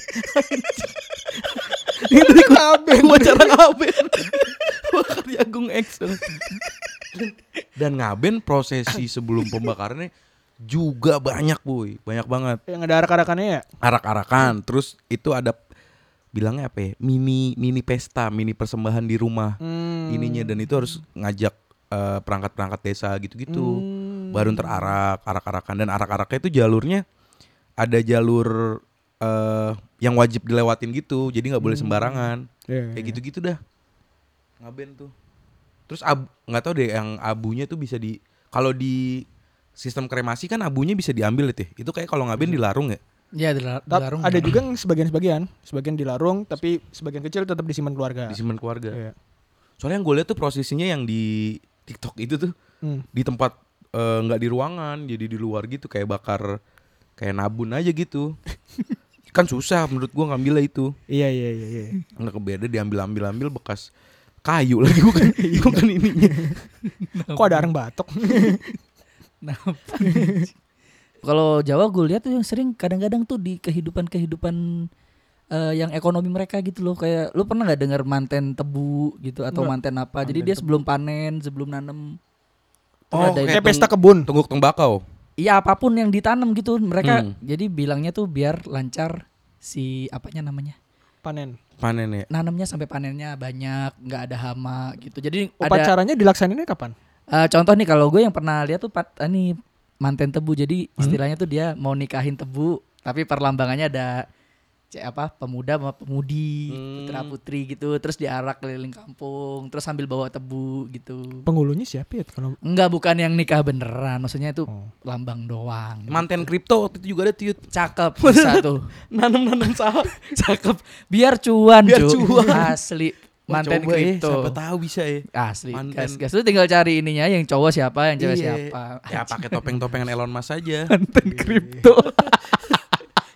Speaker 4: Itu dikaben.
Speaker 2: Wacara ngaben (laughs) bakar jagung X. Dan ngaben prosesi sebelum pembakarannya juga banyak boy, banyak banget.
Speaker 4: Yang ada arak-arakannya ya?
Speaker 2: arak-arakan terus itu ada bilangnya apa ya mini mini pesta mini persembahan di rumah
Speaker 4: Hmm.
Speaker 2: ininya dan itu harus ngajak eh, perangkat-perangkat desa gitu-gitu
Speaker 4: Hmm.
Speaker 2: baru ntar arak arak-arakan dan arak-araknya itu jalurnya ada jalur eh yang wajib dilewatin gitu jadi nggak boleh sembarangan
Speaker 4: Hmm.
Speaker 2: kayak
Speaker 4: Iya,
Speaker 2: gitu.
Speaker 4: iya.
Speaker 2: gitu-gitu dah ngaben tuh terus ab- nggak tahu deh yang abunya tuh bisa di kalau di sistem kremasi kan abunya bisa diambil itu itu kayak kalau ngaben dilarung ya
Speaker 3: Iya, dilar-
Speaker 4: Ta-
Speaker 3: dilarung.
Speaker 4: ada juga yang sebagian-sebagian, sebagian dilarung tapi sebagian kecil tetap disimpan keluarga.
Speaker 2: disimpan keluarga
Speaker 4: Iya.
Speaker 2: Soalnya yang gue lihat tuh prosesinya yang di TikTok itu tuh
Speaker 4: Hmm.
Speaker 2: di tempat eh, nggak di ruangan, jadi di luar gitu kayak bakar kayak nabun aja
Speaker 3: (laughs)
Speaker 2: gitu. kan susah menurut gua ngambilnya itu.
Speaker 4: Iya iya iya iya.
Speaker 2: Nggak kebeda diambil-ambil-ambil bekas kayu lagi (laughs) bukan
Speaker 3: Iya.
Speaker 2: bukan ininya.
Speaker 4: Kok ada arang batok?
Speaker 3: (laughs) Kalau Jawa gue lihat tuh yang sering kadang-kadang tuh di kehidupan-kehidupan eh, yang ekonomi mereka gitu loh kayak lu pernah nggak dengar manten tebu gitu atau manten apa? Jadi dia sebelum panen, sebelum nanem tuh
Speaker 2: Oh,
Speaker 3: ngadain-
Speaker 4: Kayak
Speaker 2: Kayak
Speaker 4: pesta
Speaker 2: tung-
Speaker 4: kebun.
Speaker 2: Tungguk tembakau.
Speaker 3: Iya apapun yang ditanam gitu mereka
Speaker 2: Hmm.
Speaker 3: jadi bilangnya tuh biar lancar si apanya namanya
Speaker 4: Panen.
Speaker 2: Panen ya.
Speaker 3: nanamnya sampai panennya banyak nggak ada hama gitu jadi ada
Speaker 4: Upacaranya dilaksaninnya kapan?
Speaker 3: eh, contoh nih kalau gue yang pernah lihat tuh pat, eh, ini manten tebu jadi
Speaker 2: Hmm?
Speaker 3: istilahnya tuh dia mau nikahin tebu tapi perlambangannya ada cek apa pemuda sama pemudi
Speaker 2: Hmm.
Speaker 3: putra putri gitu terus diarak keliling kampung terus sambil bawa tebu gitu
Speaker 4: Penghulunya siapa ya? Kalau
Speaker 3: Enggak bukan yang nikah beneran maksudnya itu
Speaker 4: Oh.
Speaker 3: lambang doang
Speaker 2: Manten kripto waktu itu juga ada tiut.
Speaker 3: cakep bisa
Speaker 2: (laughs)
Speaker 3: tuh
Speaker 2: Nanam-nanam saham.
Speaker 3: cakep biar cuan
Speaker 2: Biar
Speaker 3: Ju.
Speaker 2: cuan.
Speaker 3: (laughs) asli (laughs) manten
Speaker 2: Coba ya,
Speaker 3: kripto
Speaker 2: siapa tahu bisa ya.
Speaker 3: asli
Speaker 2: Manten.
Speaker 3: gas gas lu tinggal cari ininya yang cowok siapa yang
Speaker 2: Iya.
Speaker 3: cewek siapa
Speaker 2: Ya pakai topeng-topengan Elon Musk aja.
Speaker 3: manten kripto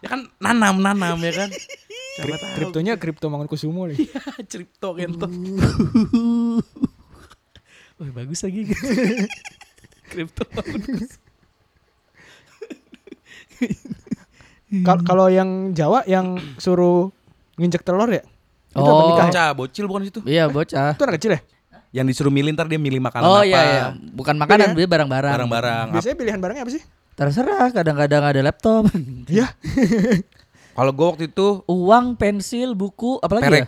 Speaker 2: ya kan nanam-nanam ya kan. Siapa tahu.
Speaker 4: kriptonya kripto Mangunkusumo nih.
Speaker 2: kripto kentot.
Speaker 3: (laughs) Wah, bagus lagi kripto
Speaker 4: Kal- Kalau yang Jawa yang suruh nginjek telur ya? Itu apa
Speaker 3: Oh.
Speaker 4: nikah? ya?
Speaker 2: Bocah, bocil bukan situ.
Speaker 3: iya bocah
Speaker 4: Itu anak kecil ya?
Speaker 2: Yang disuruh milih ntar dia milih makanan
Speaker 3: oh
Speaker 2: apa.
Speaker 3: iya iya bukan makanan
Speaker 4: Iya.
Speaker 3: dia barang-barang
Speaker 2: Barang-barang. Ap-
Speaker 4: Biasanya pilihan barangnya apa sih?
Speaker 3: terserah kadang-kadang ada (laughs) laptop
Speaker 4: Iya.
Speaker 2: Kalau gue waktu itu
Speaker 3: uang pensil buku apalagi
Speaker 2: Perek.
Speaker 3: ya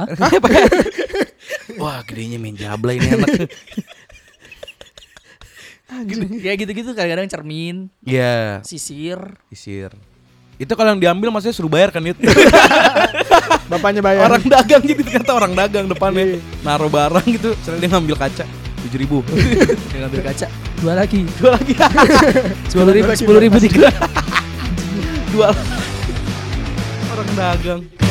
Speaker 3: (laughs)
Speaker 2: (laughs)
Speaker 3: Hah?
Speaker 2: wah gedenya main jabla ini anak.
Speaker 3: ya gitu-gitu Gitu, kadang-kadang cermin
Speaker 2: Iya,
Speaker 3: sisir
Speaker 2: sisir. Itu kalau yang diambil maksudnya suruh bayar kan itu.
Speaker 4: (laughs) Bapaknya bayar.
Speaker 2: orang dagang gitu ternyata orang dagang depannya naruh barang gitu, selain dia ngambil kaca tujuh ribu.
Speaker 3: Dia ngambil kaca dua lagi
Speaker 2: Dua lagi, (laughs)
Speaker 3: sepuluh ribu sepuluh ribu tiga
Speaker 2: dua. Orang dagang.